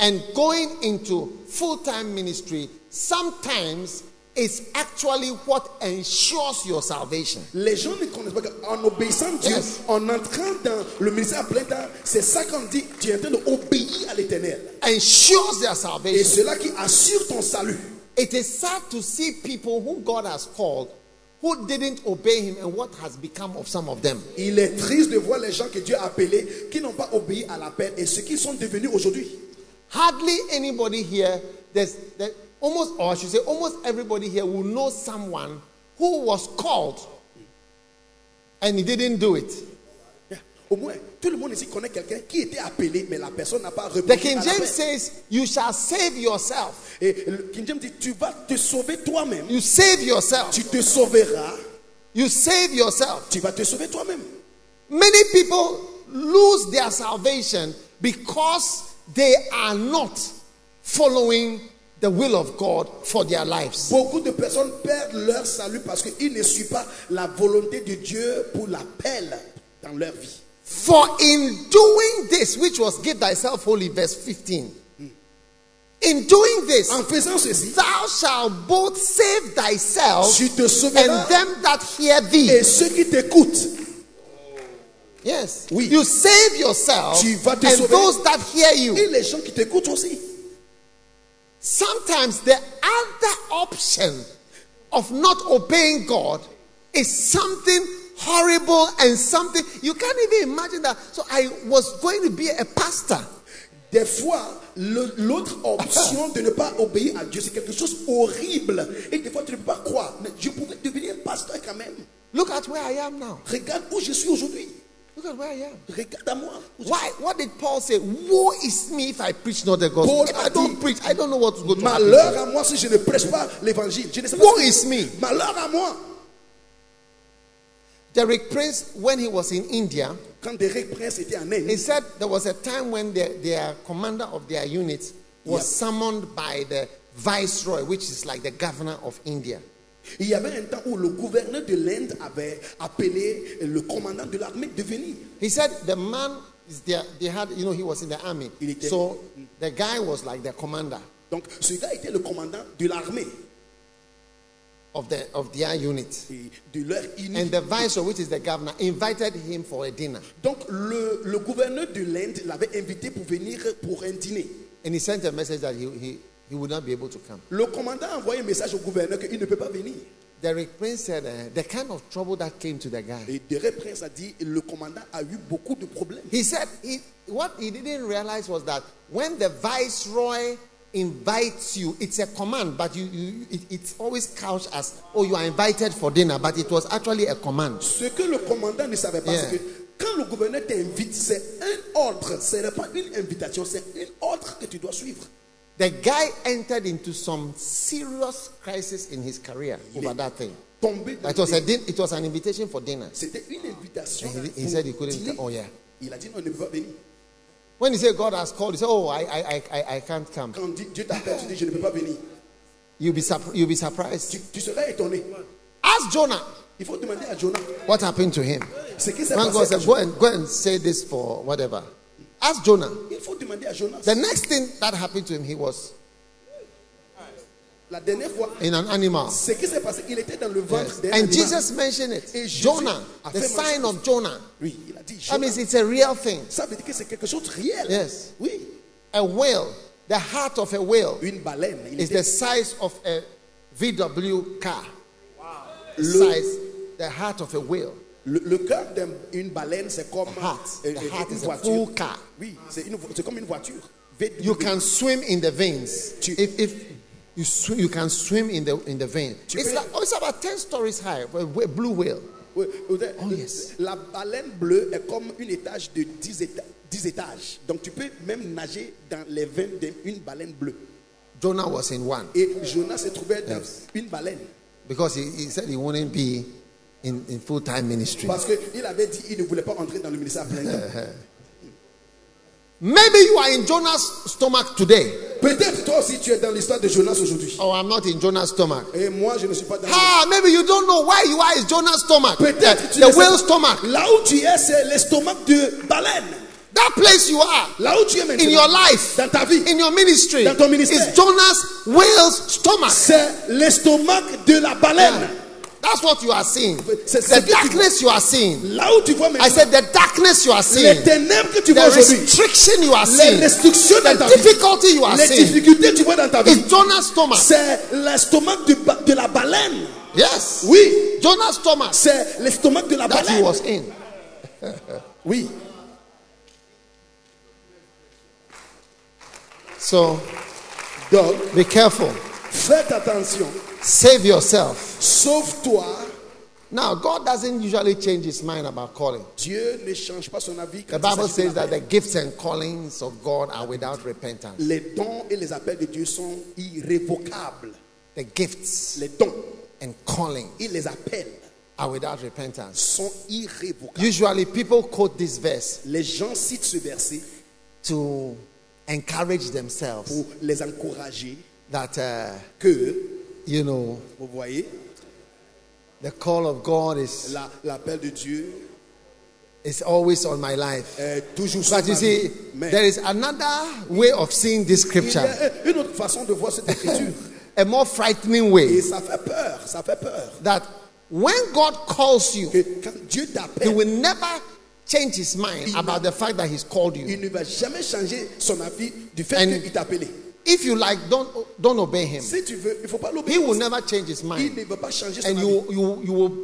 and going into full time ministry sometimes is actually what ensures your salvation.
Les gens ne connaissent pas qu'en obéissant Dieu,
Yes.
en entrant dans le ministère en plein temps, c'est ça qu'on dit, tu es en train d'obéir à l'éternel.
Ensures their
Et
salvation.
cela qui assure ton salut.
It is sad to see people who God has called who didn't obey him and what has become of some of them.
Il est triste de voir les gens que Dieu a appelés, qui n'ont pas obéi à l'appel et ce qu'ils sont devenus aujourd'hui.
Hardly anybody here, there's there, almost, or I should say, almost everybody here will know someone who was called and he didn't do it.
Au moins, tout le monde ici connaît quelqu'un qui était appelé, mais la personne n'a pas répondu.
The King
à
James
l'appel.
says, You shall save yourself.
Et le King James dit Tu vas te sauver toi-même.
You save yourself.
Tu te sauveras.
You save yourself.
Tu vas te sauver toi-même.
Many people lose their salvation because they are not following the will of God for their lives.
Beaucoup de personnes perdent leur salut parce qu'ils ne suivent pas la volonté de Dieu pour l'appel dans leur vie.
For in doing this, which was give thyself holy, verse 15, In doing this,
En faisant ceci,
thou shalt both save thyself
tu te
and
sauveras
them that hear thee.
et ceux qui t'écoutent.
Yes.
Oui.
You save yourself
Tu vas te
and
sauver.
those that hear you.
Et les gens qui t'écoutent aussi.
Sometimes the other option of not obeying God is something horrible and something you can't even imagine that. So I was going to be a pastor.
Des fois, le- l'autre option de ne pas obéir à Dieu, c'est quelque chose horrible. Et des fois, tu ne peux pas croire. Mais je pouvais devenir pasteur quand même.
Look at where I am now.
Regarde où je suis aujourd'hui.
Look at where I am.
Regarde à moi.
Why? What did Paul say? Woe is me if I preach not the gospel.
Paul
If
a
I don't
dit,
preach, I don't know what to go to. happen.
Malheur à moi si je ne prêche pas l'évangile. Je ne sais pas
Woe
si-
is me.
Malheur à moi.
Derek Prince, when he was in India,
Quand Derek Prince était en
he
Inde,
said there was a time when their, their commander of their unit was summoned by the viceroy, which is like the governor of India.
il y avait un temps où le gouverneur de l'Inde avait appelé le commandant de l'armée de venir.
He said the man is there, they had, you know, he was in the army.
Il était-
So the guy was like the commander
Donc, ce gars était le commandant de l'armée,
of, the, of their unit.
et de leur unité.
And the viceroy, which is the governor, invited him for a dinner.
Donc, le, le gouverneur de l'Inde l'avait invité pour venir pour un dîner.
And he sent a message that he, he, he would not be able to come.
Le commandant a envoyé un message au gouverneur qu'il ne peut pas venir.
Derek Prince said uh, the kind of trouble that came to the guy.
Et Derek Prince a dit le commandant a eu beaucoup de problèmes.
He said he, what he didn't realize was that when the viceroy invites you, it's a command, but you, you it, it's always couched as, oh, you are invited for dinner, but it was actually a command.
Ce que le commandant ne savait pas,
Yeah.
c'est que quand le gouverneur t'invite, c'est un ordre. Ce n'est pas une invitation, c'est un ordre que tu dois suivre.
The guy entered into some serious crisis in his career over that thing.
Tomber dans
It was,
le-
a din- it was an invitation for dinner.
C'était une invitation.
And he- he
pour
said he couldn't-
dîner.
oh, yeah.
Il a dit non, il ne peut pas venir.
When he said God has called, he said, oh, I, I, I- I, I can't come.
Quand Di- Dieu t'appelle, tu dis je ne peux pas venir.
You'll be, surp- you'll be
Tu,
surprised.
tu seras étonné.
Ask Jonah
Il faut demander à Jonah
what happened to him.
ce qui s'est
When God
passé. à
said, go
Jonah.
and, go and say this for whatever. Ask Jonah.
Il faut demander à Jonas.
The next thing that happened to him, he was
La dernière fois,
in an animal.
ce qui s'est passé, il était dans le ventre
Yes.
d'un
And
animal.
Jesus mentioned it.
Jésus
Jonah,
a
the
fait
sign
mention-
of Jonah.
Oui, il a dit
That
Jonas.
means it's a real thing.
Ça veut dire que c'est quelque chose de réel.
Ah, Yes.
Oui,
A whale, the heart of a whale,
une baleine. Il
is
était-
the size of a VW car. The
Le-
size, the heart of a whale.
Le, le cœur d'une baleine, c'est comme
heart.
euh,
The
euh,
heart
une
is a
voiture.
full car.
Oui, c'est une vo- c'est comme une voiture. V-
You can swim in the veins.
Tu-
If, if you, sw- you can swim in the in the vein.
Tu
It's,
peux-
like, oh, it's about 10 stories high, a wh- blue whale.
Ouais, vous savez,
Oh, yes.
La baleine bleue est comme une étage de 10, éta- 10 étages. Donc tu peux même nager dans les veines d'une baleine bleue.
Jonah was in one.
Et Jonas se trouvait dans une baleine.
Because he, he said he wouldn't be in, in full time ministry.
Parce qu'il avait dit qu'il ne voulait pas entrer dans le ministère à plein temps.
Maybe you are in Jonah's stomach today.
Peut-être toi aussi tu es dans l'histoire de Jonas aujourd'hui.
Oh, I'm not in Jonah's stomach.
Et moi je ne suis pas dans
Ah, maybe you don't know where you are is Jonah's stomach.
Peut-être tu
the
ne sais
whale's
pas.
stomach.
Là où tu es, c'est l'estomac de baleine.
That place you are
Là où tu es maintenant.
in your life,
Dans ta vie.
in your ministry,
Dans ton ministère.
is Jonah's whale's stomach.
C'est l'estomac de la baleine.
Ah. That's what you are seeing.
C'est ce
The
que tu
darkness you are seeing.
Là où tu vois maintenant.
I said the darkness you are
les
seeing.
ténèbres que tu vois
The
aujourd'hui.
restriction you are
Les
seeing.
restrictions dans ta
The
vie.
difficulty you are
Les
seeing
difficultés que tu vois dans ta vie.
is Jonah's stomach.
C'est l'estomac de, ba- de la baleine.
Yes.
Oui.
Jonah's stomach
C'est l'estomac de la
that he
baleine.
was in.
Oui.
So
Donc,
be careful.
faites attention.
Save yourself.
Sauve-toi.
Now, God doesn't usually change his mind about calling.
Dieu ne change pas son avis. quand
The
il
Bible
s'agit de
says that
l'appel.
the gifts and callings of God are without repentance.
Les dons et les appels de Dieu sont irrévocables.
The gifts
Les dons
and calling
et les appels
are without repentance.
sont irrévocables.
Usually, people quote this verse
Les gens citent ce verset
to encourage themselves
pour les encourager
that, uh,
que,
you know,
vous voyez,
the call of God is
la- l'appel de Dieu
It's always on my life.
euh, toujours sur
But you
ma
see,
vie. Mais
there is another way of seeing this
il y
scripture,
a une autre façon de voir cette écriture.
a more frightening way.
Et ça fait peur, ça fait peur.
That when God calls you,
Que quand Dieu
He
t'appelle,
will never change His mind about the fact that He's called you.
il ne va jamais changer son avis du
And-
fait qu'il t'a appelé.
If you like, don't don't obey Him.
Si tu veux, il ne faut pas
He
l'obéir.
will never change His
Il
mind,
ne va pas changer son
and
avis.
you you you will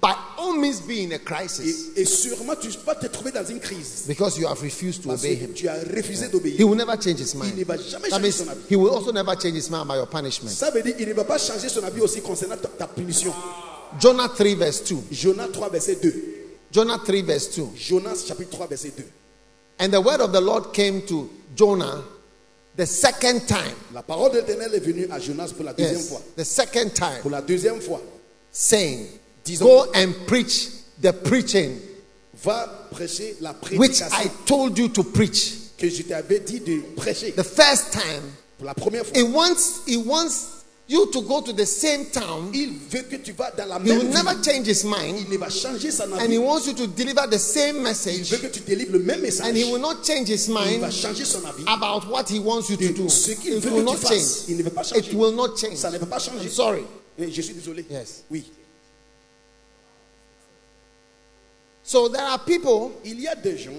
by all means be in a crisis
Et, et sûrement, tu vas te trouver dans une crise.
because you have refused to
Parce
obey Him.
que tu as refusé
He
d'obéir.
will never change His mind.
Il ne va jamais
That
changer son avis.
means He will also never change His mind about your punishment.
Ça veut dire qu'il ne va pas changer son avis aussi concernant ta, ta punition.
Jonah 3 verse 2.
Jonas 3, verset 2.
Jonah 3 verse 2.
Jonas, chapitre 3, verset 2.
And the word of the Lord came to Jonah the second time.
La parole de l'Éternel est venue à Jonas pour la deuxième
Yes,
fois.
the second time,
Pour la deuxième fois,
saying,
Disons-
Go and preach the preaching
va prêcher la
which
prédication
I told you to preach.
que je t'avais dit de prêcher.
The first time,
Pour la première fois,
he wants, he wants you to go to the same town.
il veut que tu vas dans la
He
même
will
ville.
never change his mind.
Il ne va changer son
And he
avis.
wants you to deliver the same
Il veut
message.
que tu délivres le même message.
And he will not change his
Il va
mind
changer son avis.
about what he wants you to do.
Ce qu'il
It
veut
will
que tu
not
fasses,
change.
il ne veut pas
It
changer.
will not change.
Ça ne peut pas changer.
I'm sorry.
Eh, Je suis désolé.
Yes.
Oui.
So there are people
Il y a des gens,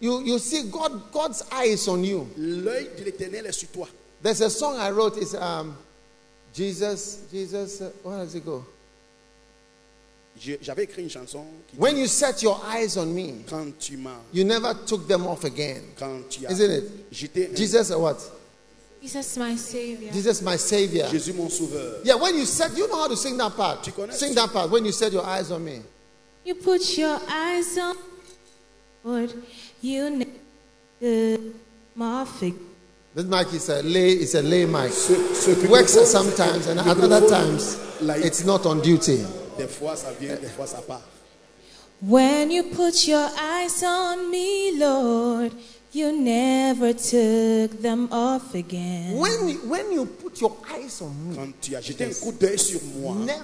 You, you see, God, God's eye is on you.
l'œil de l'Éternel est sur toi.
There's a song I wrote. It's um, Jesus, Jesus. Uh, where does it go?
Je- J'avais écrit une chanson qui
When you set your eyes on me,
quand tu m'as,
you never took them off again.
quand tu
Isn't
as,
it?
j'étais un-
Jesus, uh, what?
Jesus, my Savior.
Jesus, my Savior.
Jésus mon sauveur.
Yeah, when you set, you know how to sing that part.
Tu connais-
Sing that part. When you set your eyes on me,
You put your eyes on Lord. You never good Marfig.
this mic is a lay, it's a lay mic.
Ce, ce
It works
microphone,
sometimes, and at
microphone,
other times,
like,
it's not on duty.
des fois ça vient, des fois ça part.
When you put your eyes on me, Lord, you never took them off again.
When you, when you put your eyes on me,
Quand tu as jeté un coup d'œil sur moi,
never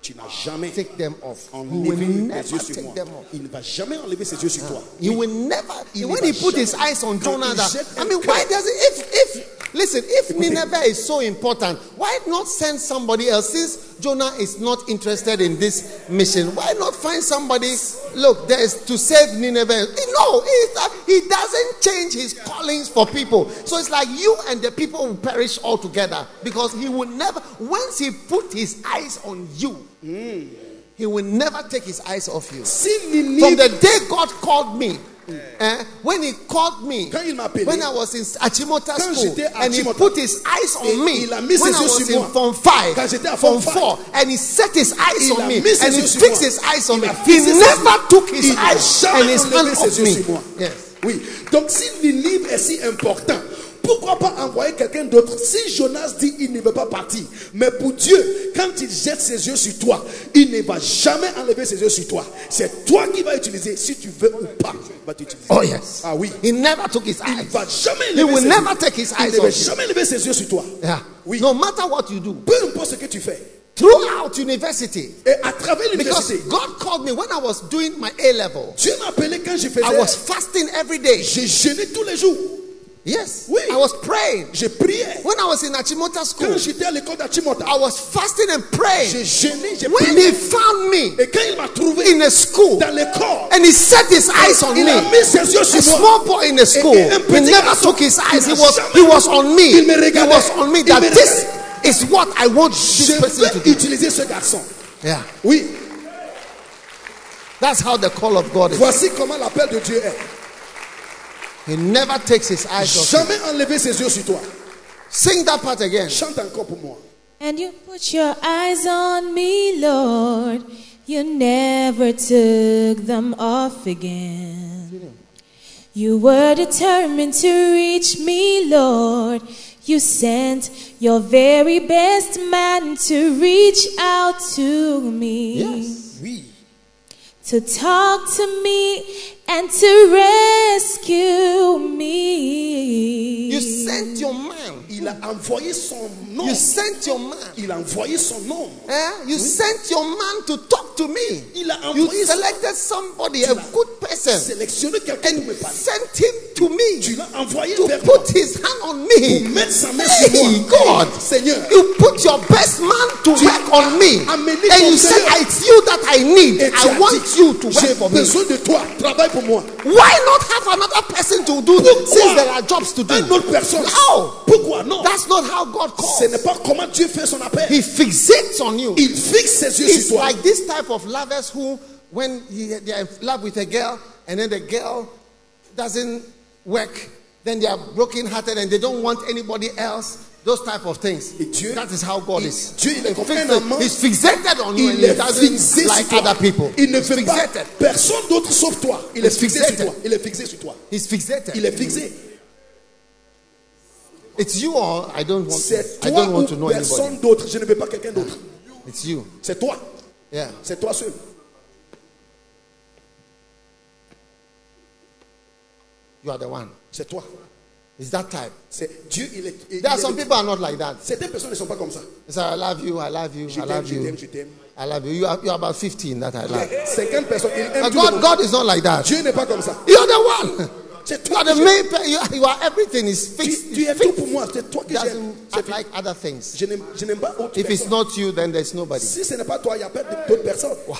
tu n'as jamais
take them off. You will
enlevé
never
les yeux sur
take
moi.
them off. Ah.
Il ne va jamais enlever ses yeux sur toi.
He will never.
Il
when
va
he put his
jamais-
eyes on
Quand il
Jonah, that,
jette
I
un
mean,
cœur-
why does it? If if listen, if Nineveh is so important, why not send somebody else? Since Jonah is not interested in this mission, why not find somebody? Look, there is to save Nineveh. No, it's that he doesn't change his callings for people. So it's like you and the people will perish altogether because he will never. Once he put his eyes on you, Hmm. he will never take his eyes off you.
Si
From
Ninive,
the day God called me, eh, when He called me,
Quand il m'a appelé,
when I was in Achimota
quand
school,
j'étais à
and He
Achimota,
put His eyes
et
on me,
il a mis ses
when I
yeux
was
sur
in
moi,
Form 5,
quand j'étais à
Form
Form
4, and He set His eyes
il
on
a
me,
mis ses
and He
yeux sur
fixed
moi.
His eyes on
Il
me.
a
He
fixé ses
never
yeux.
took His
Il n'a
eyes
jamais
and His hand
enlevé ses
off
yeux
me.
sur moi.
Yes.
Oui. Donc si Ninive est si important, pourquoi pas envoyer quelqu'un d'autre Si Jonas dit il ne veut pas partir, mais pour Dieu, quand il jette ses yeux sur toi, il ne va jamais enlever ses yeux sur toi. C'est toi qui vas utiliser, si tu veux ou pas, il va t'utiliser.
Oh yes.
Ah oui.
He never took His
Il ne
eyes.
va jamais
He
lever
will
ses
never
yeux.
take his
Il
eyes
ne va
off you.
jamais lever ses yeux sur toi.
Yeah.
Oui.
No matter what you do,
Peu importe ce que tu fais.
throughout university,
Et à travers
because
l'université,
God called me when I was doing my A level.
Dieu m'a appelé quand je
I was
faisais.
fasting every day.
J'ai jeûné tous les jours.
Yes.
Oui.
I was praying.
Je priais.
When I was in Achimota school,
Quand j'étais à l'école d'Achimota,
I was fasting and
j'ai
praying.
jeûné, j'ai
When he
prié.
found me
Et quand il m'a trouvé
in a school
dans l'école,
and he set his eyes on
il a
me,
mis ses yeux
a
sur moi.
small boy in the school,
Et- et un
he
petit
never
garçon,
took his eyes. He
il n'a
was
jamais-
he was on me.
Il me
He
regardait.
was on me
Il
that
me
this is what I want
Je
this person to
vais
do.
utiliser ce garçon.
Yeah,
Oui,
that's how the call of God is.
voici comment l'appel de Dieu est.
He never takes his eyes off.
Jamais enlever ses yeux sur toi.
Sing that part again.
Chante encore pour moi.
And you put your eyes on me, Lord. You never took them off again. You were determined to reach me, Lord. You sent your very best man to reach out to me.
Oui.
To talk to me and to rescue me.
You sent your man.
Il a envoyé son nom.
You sent your man.
Il a envoyé son nom.
Eh? You sent your man to talk to me.
Il a
You
envoyé son
selected somebody, a good person
sélectionné quelqu'un pour me
and
parler.
sent him to
Tu
me
l'as envoyé
to
vers moi.
put his hand on me.
Mettre sa main sur
Hey,
moi.
God,
Hey, Seigneur.
you put your best man to work on me.
amené
And
ton
you said,
Seigneur.
It's you that I need.
Et tu as
I want
dit,
you to work
J'ai
for me.
besoin de toi. Travaille pour moi.
Why not have another person to do this since
Pourquoi
there are jobs to
Une
do?
autre personne.
No.
Pourquoi non?
That's not how God
Ce
calls.
n'est pas comment Dieu fait son appel.
He fixates on you.
Il fixe ses yeux
It's
sur toi.
like this type of lovers who, when he- they are in love with a girl and then the girl doesn't work, then they are brokenhearted and they don't want anybody else. Those type of things.
Et Dieu-
that is how God is.
Dieu, il est comme un
Fixated.
amant.
He's fixated on you and
Il
he
est fixé
doesn't
sur
like
toi.
other people.
Il ne
He's
fait pas
fixated.
personne d'autre sauf toi. Il est fixé sur
fixated.
toi. Il est fixé sur toi.
He's fixated.
Il est fixé.
It's you or I don't want.
C'est
I
toi
don't want to
ou
know anybody.
personne d'autre. Je ne veux pas quelqu'un d'autre.
It's you.
C'est toi.
Yeah.
C'est toi seul.
You are the one.
C'est toi.
It's that type.
C'est Dieu. Il est. il
There are
est-
some people are not like that.
Certaines personnes ne sont pas comme ça.
They say, I love you. I love you.
Je
I
t'aime,
love
je
you.
t'aime, je t'aime.
I love you. You are, you are about 15 that I love.
50 personnes. Il aime
But
tout le
God,
monde.
God is not like that.
Dieu n'est pas comme ça.
You are the one.
C'est
You
toi
are
que
the
j'ai-
main. pe- You are, you are everything is
tu,
fixed.
tu es tout pour moi. C'est toi que
It
j'aime.
doesn't
C'est-
act like other things.
Je n'aime je n'aime pas autre
If it's
personne.
not you, then there's nobody.
Si ce n'est pas toi, il y a pas d'autres personnes.
Wow.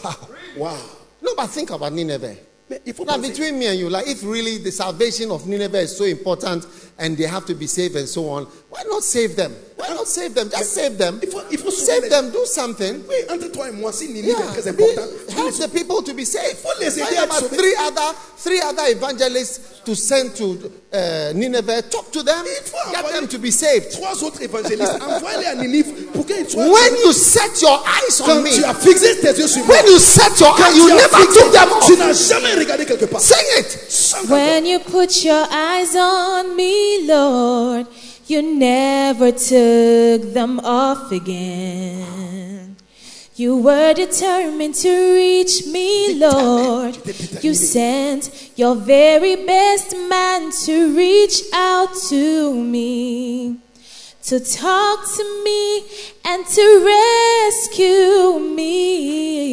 Waouh.
No, but think about Nineveh.
Mais il faut
Now,
penser-
between me and you, like if really the salvation of Nineveh is so important and they have to be saved and so on, why not save them? Why not save them? Just save them.
Il faut- il faut sauver
Save
les-
them. Do something.
Oui, entre toi et moi, si Nini
Yeah,
est très
be-
important,
help the people to be saved.
Faut les aider
Find
à
about
sauver.
three other three other evangelists to send to uh, Nineveh. Talk to them.
Il faut
Get
envoyer-
them to be saved.
trois autres évangélistes, envoie-les à Ninive pour qu'ils soient.
When you set your eyes
quand
on me,
tu as fixé tes yeux sur moi,
when you set your eyes, you
tu as
never
fixé-
took them
Tu
off.
n'as jamais regardé quelque part.
Sing it.
Sans
When you put your eyes on me, Lord, you never took them off again. You were determined to reach me, Lord. You sent your very best man to reach out to me, to talk to me, and to rescue me.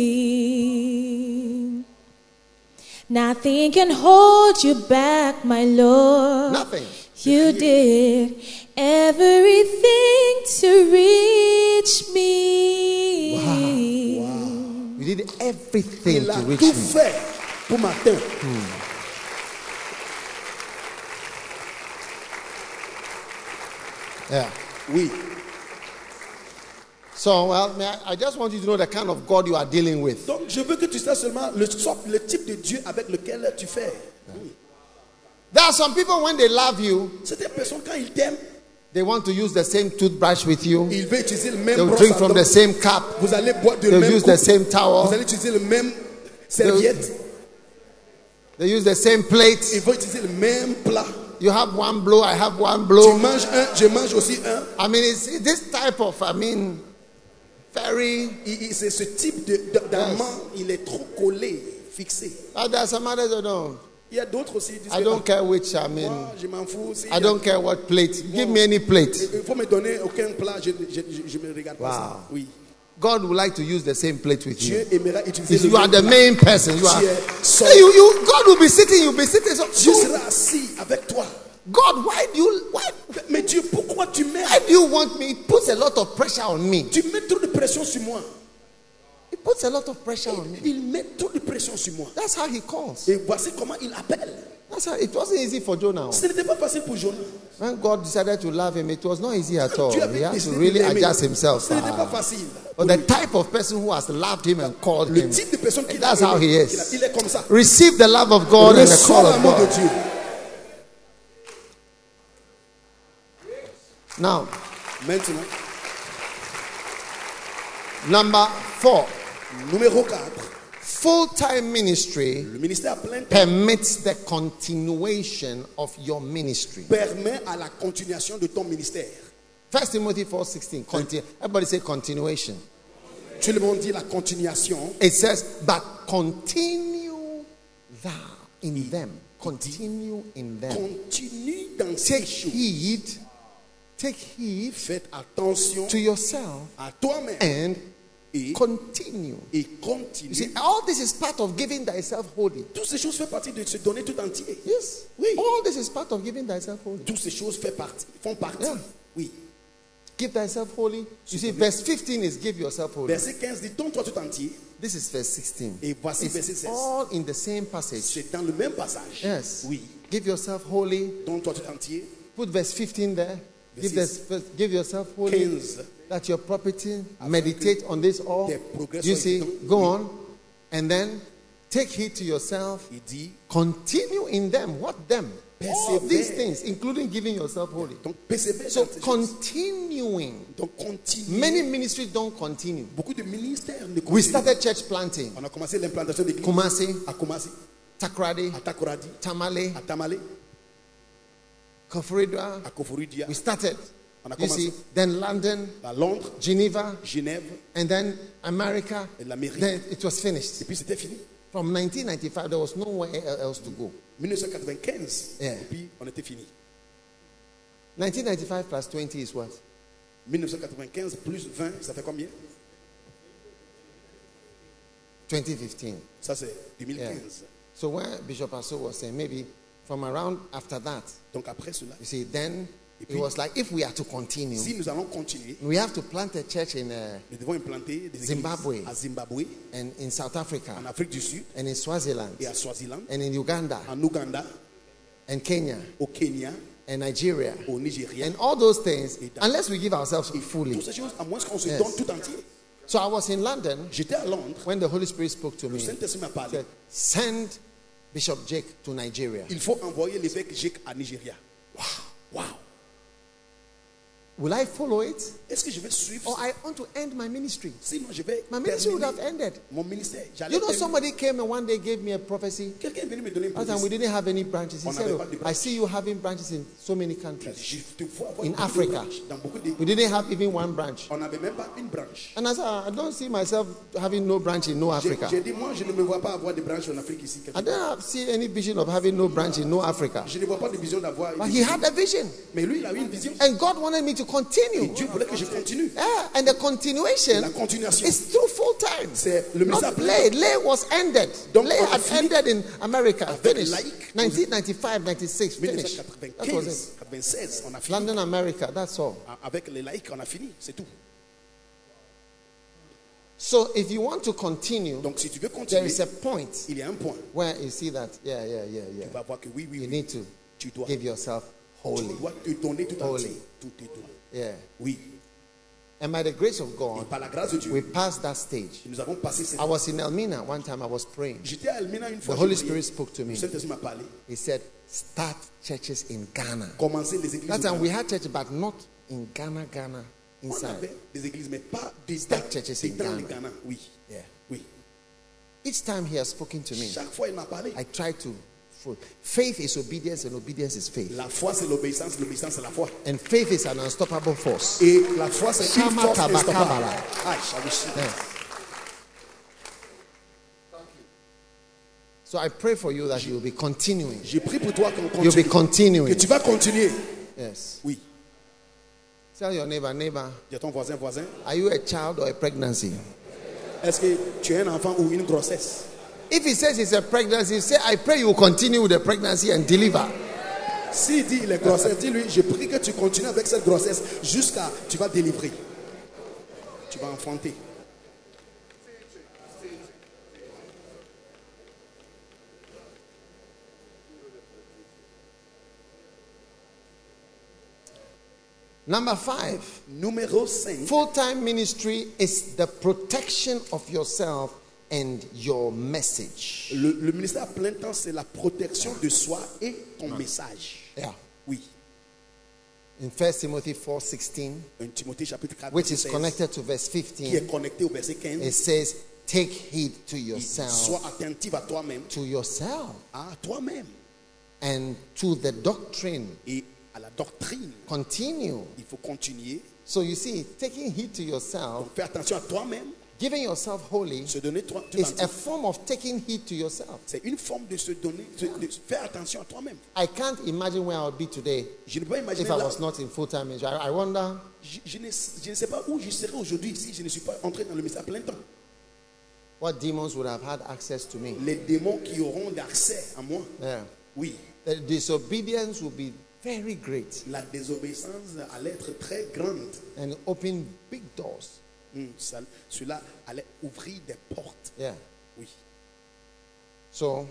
Nothing can hold you back, my Lord.
Nothing.
You did everything to reach me.
You did everything
Il a
to reach me.
tout fait pour m'atteindre.
Yeah.
Oui.
So well, may I, I just want you to know the kind of God you are dealing with.
Donc je veux que tu saches seulement le, sort- le type de Dieu avec lequel tu fais. Oui.
There are some people when they love you,
Certaines personnes, quand ils t'aiment,
they want to use the same toothbrush with you.
ils veulent utiliser le même
They will
brosse
drink
à
from
dents.
the same cup.
Vous allez boire de
They'll
même
use
coupe.
the same towel.
Vous allez utiliser le même serviette.
They use the same plate.
Ils vont utiliser le même plat.
You have one blow, I have one
Tu
blow.
manges un, je mange aussi un.
I mean, it's this type of, I mean, very.
Il- il- C'est ce type de- de- d'amant, il est trop collé, fixé.
Uh, there are some others that don't.
Il y a d'autres aussi qui disent
I
que,
don't care which, I
ah,
mean,
moi, je m'en fous. si-
I don't care what plate. Give me any plate.
Il faut me donner aucun plat, je ne regarde pas ça. Oui.
God would like to use the same plate with you.
Dieu aimera utiliser
If
le
you are
même
the
plat.
main person, you are.
Tu es
So you, you, God will be sitting, you'll be sitting. So,
Dieu
so,
sera assis avec toi.
God, why do you, why,
Mais Dieu, pourquoi tu mets,
why do you want me? It puts a lot of pressure on me.
tu mets trop de pression sur moi
It puts a lot of pressure on me.
Il met trop de pression sur moi.
That's how he calls.
Et voici comment il appelle.
That's how, it wasn't easy for Jonah.
Ce n'était pas facile pour Jonas.
When God decided to love him, it was not easy at all.
Dieu
He
avait
had to
décidé de
really
l'aimer.
adjust himself.
Ce n'était pas
Ah.
facile.
But the type of person who has loved him and called
Le
him,
type de personne qu'il a
that's how
aimé,
he
qu'il a-
is.
il est comme ça.
Receive the love of God and the
Reçois
call of
l'amour de
God.
Dieu.
Now,
Maintenant,
number four,
numéro 4,
full-time ministry
le ministère à plein temps
permits the continuation of your ministry.
permet à la continuation de ton ministère.
First Timothy 4:16. Continue. Everybody say continuation.
Tu le monde dit la continuation.
It says, but continue thou in them. Continue in them.
Continue dans
Take
ces choses.
heed. Take heed
Faites attention
to yourself
à toi-même
and
Et
Continue.
et
You
continue.
see, all this is part of giving thyself wholly.
Toutes ces choses font partie de se donner tout entier.
Yes.
Oui.
All this is part of giving thyself wholly.
Toutes ces choses font partie. Font partie.
Yeah.
Oui.
Give thyself wholly. You see, verse 15 is give yourself wholly.
Verset 15 dit Donne-toi tout entier.
This is verse 16.
Et voici verset
It's
16.
all in the same passage.
C'est dans le même passage.
Oh. Yes.
Oui.
Give yourself wholly.
Donne-toi tout entier.
Put verse 15 there. Give,
Verses-
this, give yourself wholly.
15.
That your property, meditate on this all.
Des progrès
You
sont
see,
évidents.
go
Oui.
on. And then take heed to yourself.
Il dit
Continue in them. What them? All
Persevere.
these things, including giving yourself wholly.
Donc, persévère.
So
dans ces choses.
continuing.
Donc, continue.
Many ministries don't continue.
Beaucoup de ministères ne
We
continuent pas.
started church planting.
On a commencé l'implantation de l'église
Kumasi,
à Kumasi,
Takrady,
à Takoradi,
Tamale,
à Tamale,
Koforidua.
à Koforidua,
We started.
On a
You see, then London,
à Londres,
Geneva,
Genève.
and then America.
Et l'Amérique.
Then it was finished.
Et puis c'était fini.
From 1995, there was nowhere el- else to go.
1995.
Yeah.
Et puis on était fini.
1995 plus 20 is what?
1995 plus 20, ça fait combien
2015.
Ça c'est 2015.
So where Bishop Asso was saying, maybe from around after that,
Donc après cela,
you see, then
Et
it
puis-
was like if we are to continue,
si nous allons continuer,
we have to plant a church in uh,
nous devons implanter des églises
Zimbabwe.
à Zimbabwe,
and in South Africa,
en Afrique du Sud
and in Swaziland,
et à Swaziland,
and in Uganda,
en Ouganda,
and Kenya,
au Kenya,
and Nigeria,
au Nigeria.
and all those things,
Et dans-
unless we give ourselves fully.
Toutes ces choses, à moins qu'on se
Yes.
donne tout entier.
So I was in London
J'étais à Londres,
when the Holy Spirit spoke to
le
me.
Saint-Esprit m'a parlé.
said, send Bishop Jake to Nigeria.
Il faut envoyer l'évêque Jake à Nigeria. Waouh! Waouh!
Will I follow it?
Est-ce que je vais suivre
Or
ça?
Oh, I want to end my ministry.
Sinon, je vais.
My ministry would have
terminer
ended.
Mon ministère, j'allais.
You know,
terminer.
somebody came and one day gave me a prophecy.
Quelqu'un est venu me donner une
That time we
prophétie.
didn't have any branches. He
On
said,
n'avait
"Oh,
pas de branches."
I see you having branches in so many countries.
Je te vois avoir
In
beaucoup de
Africa.
branches. Dans beaucoup de...
We didn't have even one branch.
On n'avait même pas une branche.
And I said, I don't see myself having no branch in no
J'ai- J'ai
Africa.
dit, moi, je ne me vois pas avoir de branche en Afrique ici. quelque
I
part.
don't have- see any vision of having no branch in no Africa.
Je ne vois pas de vision d'avoir.
But he had a vision.
Mais lui, il a eu une vision.
And God wanted me to
Et
continue.
Dieu voulait que je continue.
Yeah, and the continuation
La continuation.
is through full time.
C'est le ministère
Not lay. Lay was ended.
Donc,
lay
on
had
finit
ended in America.
avec
Finished.
laïque.
1995, 96. Finished. That was it.
1995, 96, on a fini.
London, America. That's all.
Ah, Avec les laïcs, on a fini. C'est tout.
So if you want to continue,
Donc, si tu veux
there
continuer,
is a point
il y a un point.
where you see that. Yeah, yeah, yeah, yeah.
Tu vas voir que oui, oui,
You
oui.
need to
Tu dois,
give yourself
tu
wholly.
dois te donner tout
Holy.
entier. Tout te doit.
Yeah.
Oui.
And by the grace of
Et
God,
par la grâce de Dieu,
we passed that stage.
nous avons passé cette.
I was in Elmina one time. I was praying.
J'étais à Elmina une
The
fois. je
Holy
priais.
Spirit spoke to
Le
me.
Saint-Esprit m'a parlé.
He said, start churches in Ghana.
Commencer les églises.
That
au
time
Ghana.
we had church, but not in Ghana, Ghana,
On
inside.
avait des églises, mais pas des
Start
dans-
churches
des
in
dans le
Ghana.
Ghana. Oui.
Yeah.
Oui.
Each time he has spoken to me,
Chaque fois, il m'a parlé.
I try to. fo- Faith is obedience, and obedience is faith.
La foi, c'est l'obéissance. L'obéissance, c'est la foi.
And faith is an unstoppable force.
Et la foi, c'est une
Shama
force
tabakabala.
instoppable. Ah, je savais si.
Yes. So I pray for you that you'll be continuing.
Je prie pour toi qu'on
You'll be
continue. Que
continuing.
tu vas continuer.
Yes.
Oui.
Tell your neighbor, neighbor,
Dis à ton voisin, voisin,
are you a child or a pregnancy?
est-ce que tu es un enfant ou une grossesse
If he says it's a pregnancy, say, I pray you will continue with the pregnancy and deliver.
S'il dit il est grossesse, dis-lui, je prie que tu continues avec cette grossesse jusqu'à tu vas délivrer. Tu vas enfanter.
Number five.
Numéro 5.
Full time ministry is the protection of yourself and your message.
Le, le ministère à plein temps, c'est la protection de soi et ton message.
Yeah.
Oui.
In 1 Timothy 4:16,
1 Timothée chapitre 4,
which is
16,
connected to verse
qui est
15,
connecté au verset 15.
it says, "Take heed to
Il dit,
yourself,
Sois attentif à toi-même,
to yourself,
à toi-même
and to the doctrine.
et à la doctrine.
Continue."
Il faut continuer.
So you see, taking heed to yourself
Donc fais attention à toi-même
Giving yourself wholly
Se donner toi, tout
is
entier,
a form of taking heed to yourself.
c'est une forme de se donner, de, de faire attention à toi-même.
I can't imagine where I would be today
Je ne peux pas imaginer.
if I
là-
was not in full time ministry. I, I wonder.
je, je ne, je ne sais pas où je serais aujourd'hui si je ne suis pas entré dans le ministère à plein temps.
what demons would have had access to me.
Les démons qui auront d'accès à moi,
Yeah.
oui,
The disobedience would be very great
la désobéissance allait être très grande.
and open big doors.
Hmm, ça- cela allait ouvrir des portes.
Yeah.
Oui.
So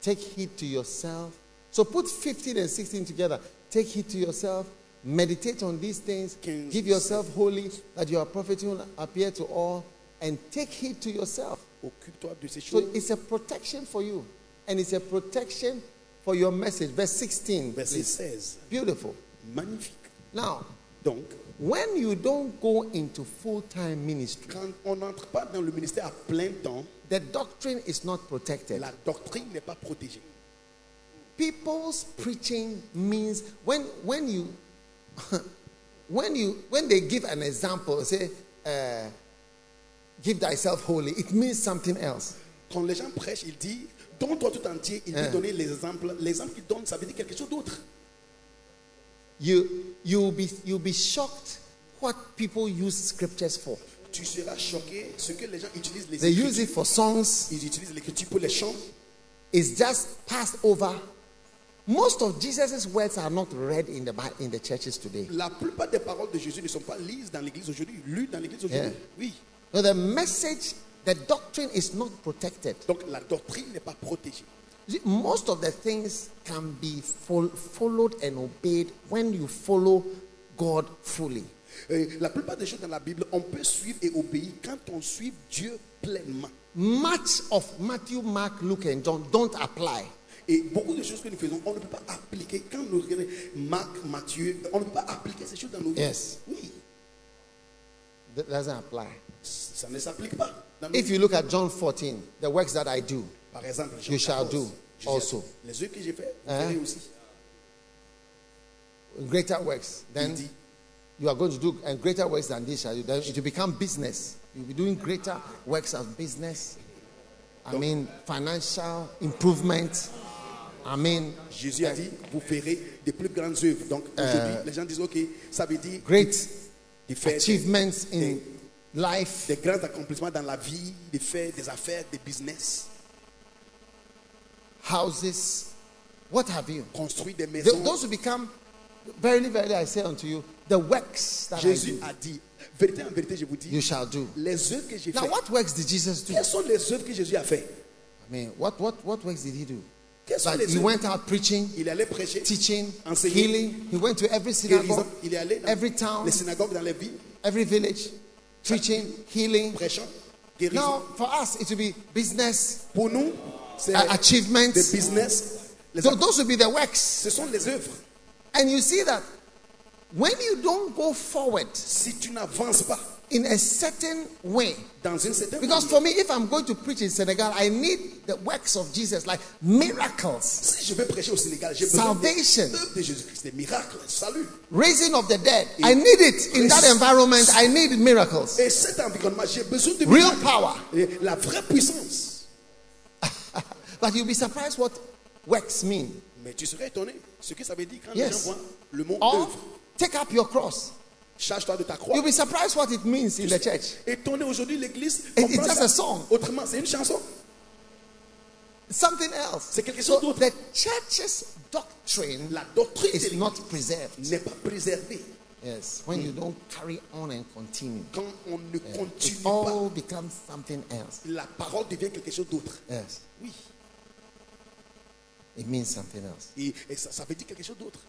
take heed to yourself. So put 15 and 16 together. Take heed to yourself. Meditate on these things.
Can-
Give yourself wholly that you are profiting will appear to all. And take heed to yourself.
Occupe-toi de ces
So
choses.
it's a protection for you. And it's a protection for your message. Verse 16.
Verset
please.
16.
Beautiful.
Magnifique.
Now,
Donc,
When you don't go into full time ministry,
quand on n'entre pas dans le ministère à plein temps,
the doctrine is not protected.
la doctrine n'est pas protégée.
People's preaching means when when you when you when they give an example, say, uh, "Give thyself wholly," it means something else.
Quand les gens prêchent, ils disent, donne-toi tout entier,
Hein.
ils veulent donner les exemples. L'exemple qu'ils donnent, ça veut dire quelque chose d'autre.
You you'll be you'll be shocked what people use scriptures for.
Tu seras choqué ce que les gens utilisent les
They
écritures.
use it for songs.
Ils utilisent l'écriture pour les chants.
It's just passed over. Most of Jesus' words are not read in the Bi- in the churches today.
La plupart des paroles de Jésus ne sont pas lises dans l'église aujourd'hui, lues dans l'église aujourd'hui.
Yeah.
Oui.
No, the message, the doctrine is not protected.
Donc la doctrine n'est pas protégée.
See, Most of the things can be fol- followed and obeyed when you follow God fully.
Euh, la plupart des choses dans la Bible, on peut suivre et obéir quand on suit Dieu pleinement.
Much of Matthew, Mark, Luke, and John don't apply.
Et beaucoup de choses que nous faisons, on ne peut pas appliquer. Quand nous regardons Marc, Matthieu, on ne peut pas appliquer ces choses dans nos vies.
Yes.
Oui,
That doesn't apply.
ça ne s'applique pas. dans nos
If
vies.
you look at John 14, the works that I do,
Par exemple, Jean
You shall
14,
do
Jésus a
also.
dit, Les œuvres que j'ai fait, vous
Hein?
ferez aussi.
greater works,
Il
then
dit,
you are going to do and greater works than this shall you. Then it will become business. You'll be doing greater works of business. I mean, financial improvement. I mean,
Jésus
Hein?
a dit, vous ferez des plus grandes œuvres. Donc
Euh,
aujourd'hui, les gens disent, ok, ça veut dire
great
de faire des-
achievements in life.
des grands accomplissements dans la vie, de faire des affaires, des business,
houses, what have you.
construire des
Th-
maisons.
those who become, verily, verily, I say unto you, the works that I
Jésus
do,
a dit, vérité en vérité, je vous
you
dis,
shall do.
les œuvres que j'ai
Now,
faites,
what works did Jesus do?
quelles sont les œuvres que Jésus a faites
I mean, what, what, what works did he do?
Quelles sont
But
les
he
œuvres
went out preaching,
Il allait prêcher,
Bah, teaching,
enseigner,
healing. He went to every
guérison.
synagogue,
Il est allé dans
every town,
les synagogues, dans les villes,
every village, preaching, healing.
prêchant, guérison.
Now, for us, it will be business,
Pour nous, c'est
uh,
des
achievements.
business. Les
So
acc-
those will be the works.
ce sont les œuvres.
And you see that when you don't go forward
Si tu n'avances pas
in a certain way,
dans une certaine
because
manière,
for me, if I'm going to preach in Senegal, I need the works of Jesus, like miracles,
si je veux prêcher au Sénégal, j'ai besoin
Salvation.
des œuvres de Jésus-Christ, des miracles, salut.
raising of the dead. I need it in that environment. I need miracles,
Et cet environnement, j'ai besoin de
real
miracles.
power.
Et la vraie puissance.
But you'll be surprised what works mean.
Mais tu serais étonné ce que ça veut dire quand les gens
Yes.
voient le mot
Or
œuvre.
take up your cross.
Charge-toi de ta croix.
You'll be surprised what it means in the church.
Étonné aujourd'hui, l'église.
It-
comprend
it's just
ça.
a song.
Autrement, c'est une chanson.
Something else.
C'est quelque
So
chose d'autre.
the church's doctrine
La doctrine de
is
l'église
not preserved.
n'est pas préservée
Yes, when you don't carry on and continue,
quand on ne continue
it
pas.
all becomes something else.
La parole devient quelque chose d'autre.
Yes,
Oui.
it means something else.
Et, et ça, ça veut dire quelque chose d'autre.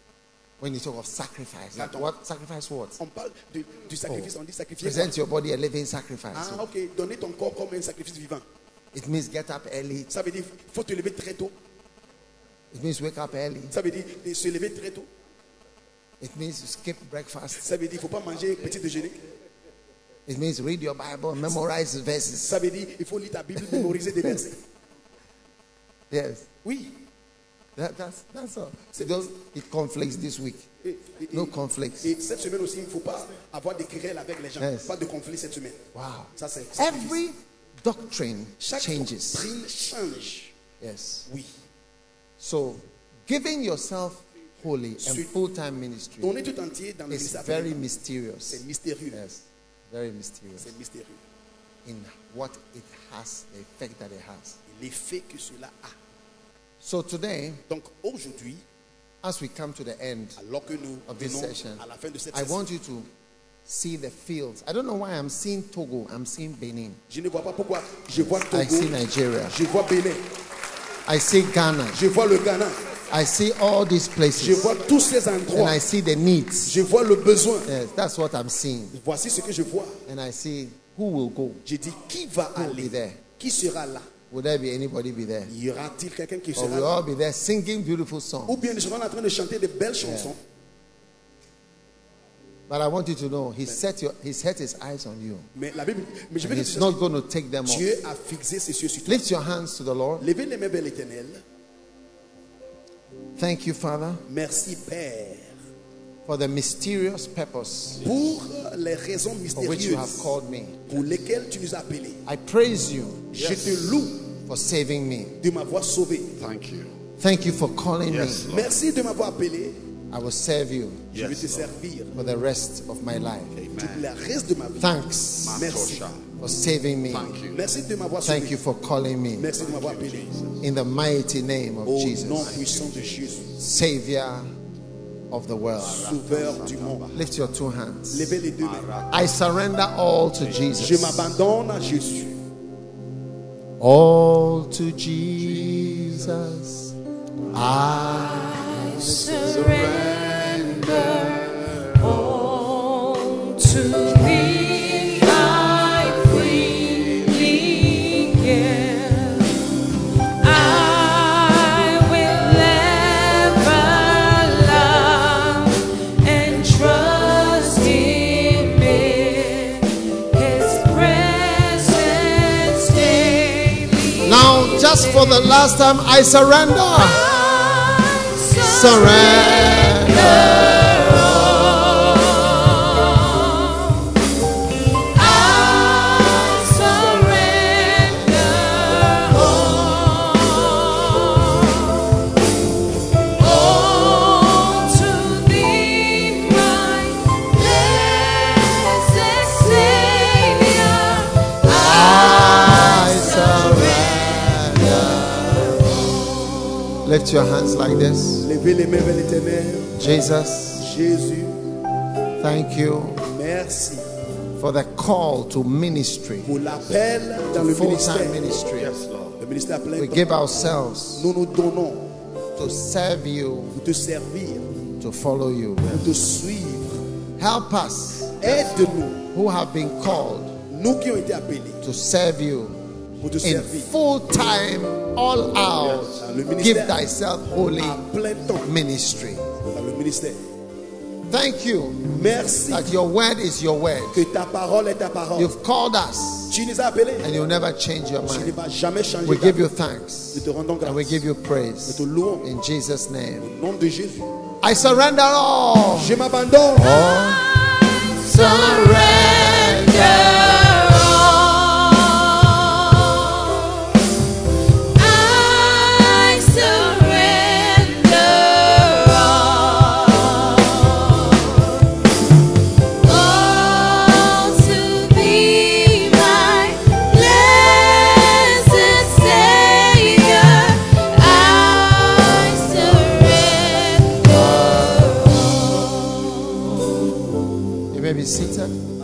When you talk of sacrifice, like
Pardon.
what sacrifice? What?
On parle de- du sacrifice, on dit sacrifier.
Oh. Present your body a living sacrifice.
Ah, ok. Donner ton corps comme un sacrifice vivant.
It means get up early.
Ça veut dire faut te lever très tôt.
It means wake up early.
Ça veut dire de se lever très tôt.
It means you skip breakfast.
Ça veut dire faut pas manger petit déjeuner.
It means read your Bible, memorize the verses.
Ça veut dire il faut lire ta Bible, mémoriser des versets.
Yes,
Oui.
That, that's, that's all. See, those, it conflicts this week.
Et, et-
No
et-
conflicts.
et cette semaine aussi, il ne faut pas avoir des querelles avec les gens.
Yes.
Pas de conflit cette semaine.
Wow.
Ça, c'est- c'est difficile.
Every doctrine
Chaque
changes.
doctrine change.
Yes.
Oui.
So, giving yourself wholly and
Sweet.
full time ministry
Donner tout entier dans le
is
ministère.
very
C'est
mysterious.
mystérieux.
Yes. Very mysterious
C'est mystérieux.
in what it has, the effect that it has.
Et L'effet que cela a.
So, today,
Donc aujourd'hui,
as we come to the end
alors que nous
of this
venons
session,
à la fin de cette
I
session,
want you to see the fields. I don't know why I'm seeing Togo, I'm seeing Benin.
je ne vois pas pourquoi. Je vois
I
Togo,
see Nigeria.
je vois Bénin,
I see Ghana.
je vois le Ghana,
I see all these
je
places.
vois tous ces
And
endroits,
I see the needs.
je vois le besoin.
Yes, that's what I'm seeing.
Voici ce que je vois.
And I see who will go.
Je dis qui va
Who will be
aller
there?
Qui sera là
Will there be anybody be there?
Y aura-t-il quelqu'un qui
Or
sera
we'll
là
all be there singing beautiful
Ou
songs.
bien nous serons en train de chanter de belles chansons.
But I want you to know, he set your, he set his eyes on you.
Mais la Bible, mais je
And
veux que
he's
tu
not
saches,
going to take them off.
Dieu a fixé ses yeux sur toi.
Lift your hands to the Lord.
Levez les mains vers l'éternel.
Thank you, Father,
Merci Père
for the mysterious purpose
pour euh, les raisons
for which you
mystérieuses
have called me.
pour lesquelles tu nous as appelés.
I praise you
Je te loue
for saving me.
de m'avoir sauvé.
Thank you.
Thank you for calling me.
Yes, Lord.
Merci de m'avoir appelé.
I will serve you
Je vais te
Yes, Lord.
servir
for the rest of my life.
pour
Amen.
le reste de ma vie.
Thanks
Merci.
Matosha.
for saving me.
Thank you.
Merci de m'avoir
Thank
sauvé.
you for calling me.
Merci de m'avoir appelé.
In the mighty name of
Oh,
Au nom
Jesus,
puissant de Jésus,
Savior of the world.
Sauveur du monde.
Lift your two hands.
Levez les deux mains.
I surrender all to
Je
Jesus.
m'abandonne à Jésus.
All to Jesus. Ah. I
surrender all to Thee. I freely give. I will ever love and trust Him in His presence daily.
now just for the last time I surrender. Surrender. I surrender. Lift your hands like this.
Levez les mains vers l'éternel.
Jesus,
Jésus,
thank you
merci
for the call to ministry,
pour l'appel dans le
full time
ministère.
ministry.
Yes, Lord.
Le ministère plein
We
temps.
give ourselves
Nous nous donnons
to serve you,
pour te servir,
to follow you.
pour te suivre.
Help us
Aide-nous,
who have been called
nous qui ont été appelés
to serve you
pour te
in
servir
full time, all
Le
out.
ministère.
Give thyself holy
à plein temps
ministry.
dans le ministère.
Thank you
Merci
that your word is your word.
que ta parole est ta parole.
You've called us
Tu nous as appelés.
and you'll never change your
Tu ne
mind.
vas jamais changer.
We
ta
give you
vie.
thanks.
Nous te rendons grâce.
And we give you praise
Nous te louons.
in Jesus'
Au
name.
nom de Jésus.
I surrender all.
Je m'abandonne.
Oh.
surrender all.
You may be seated.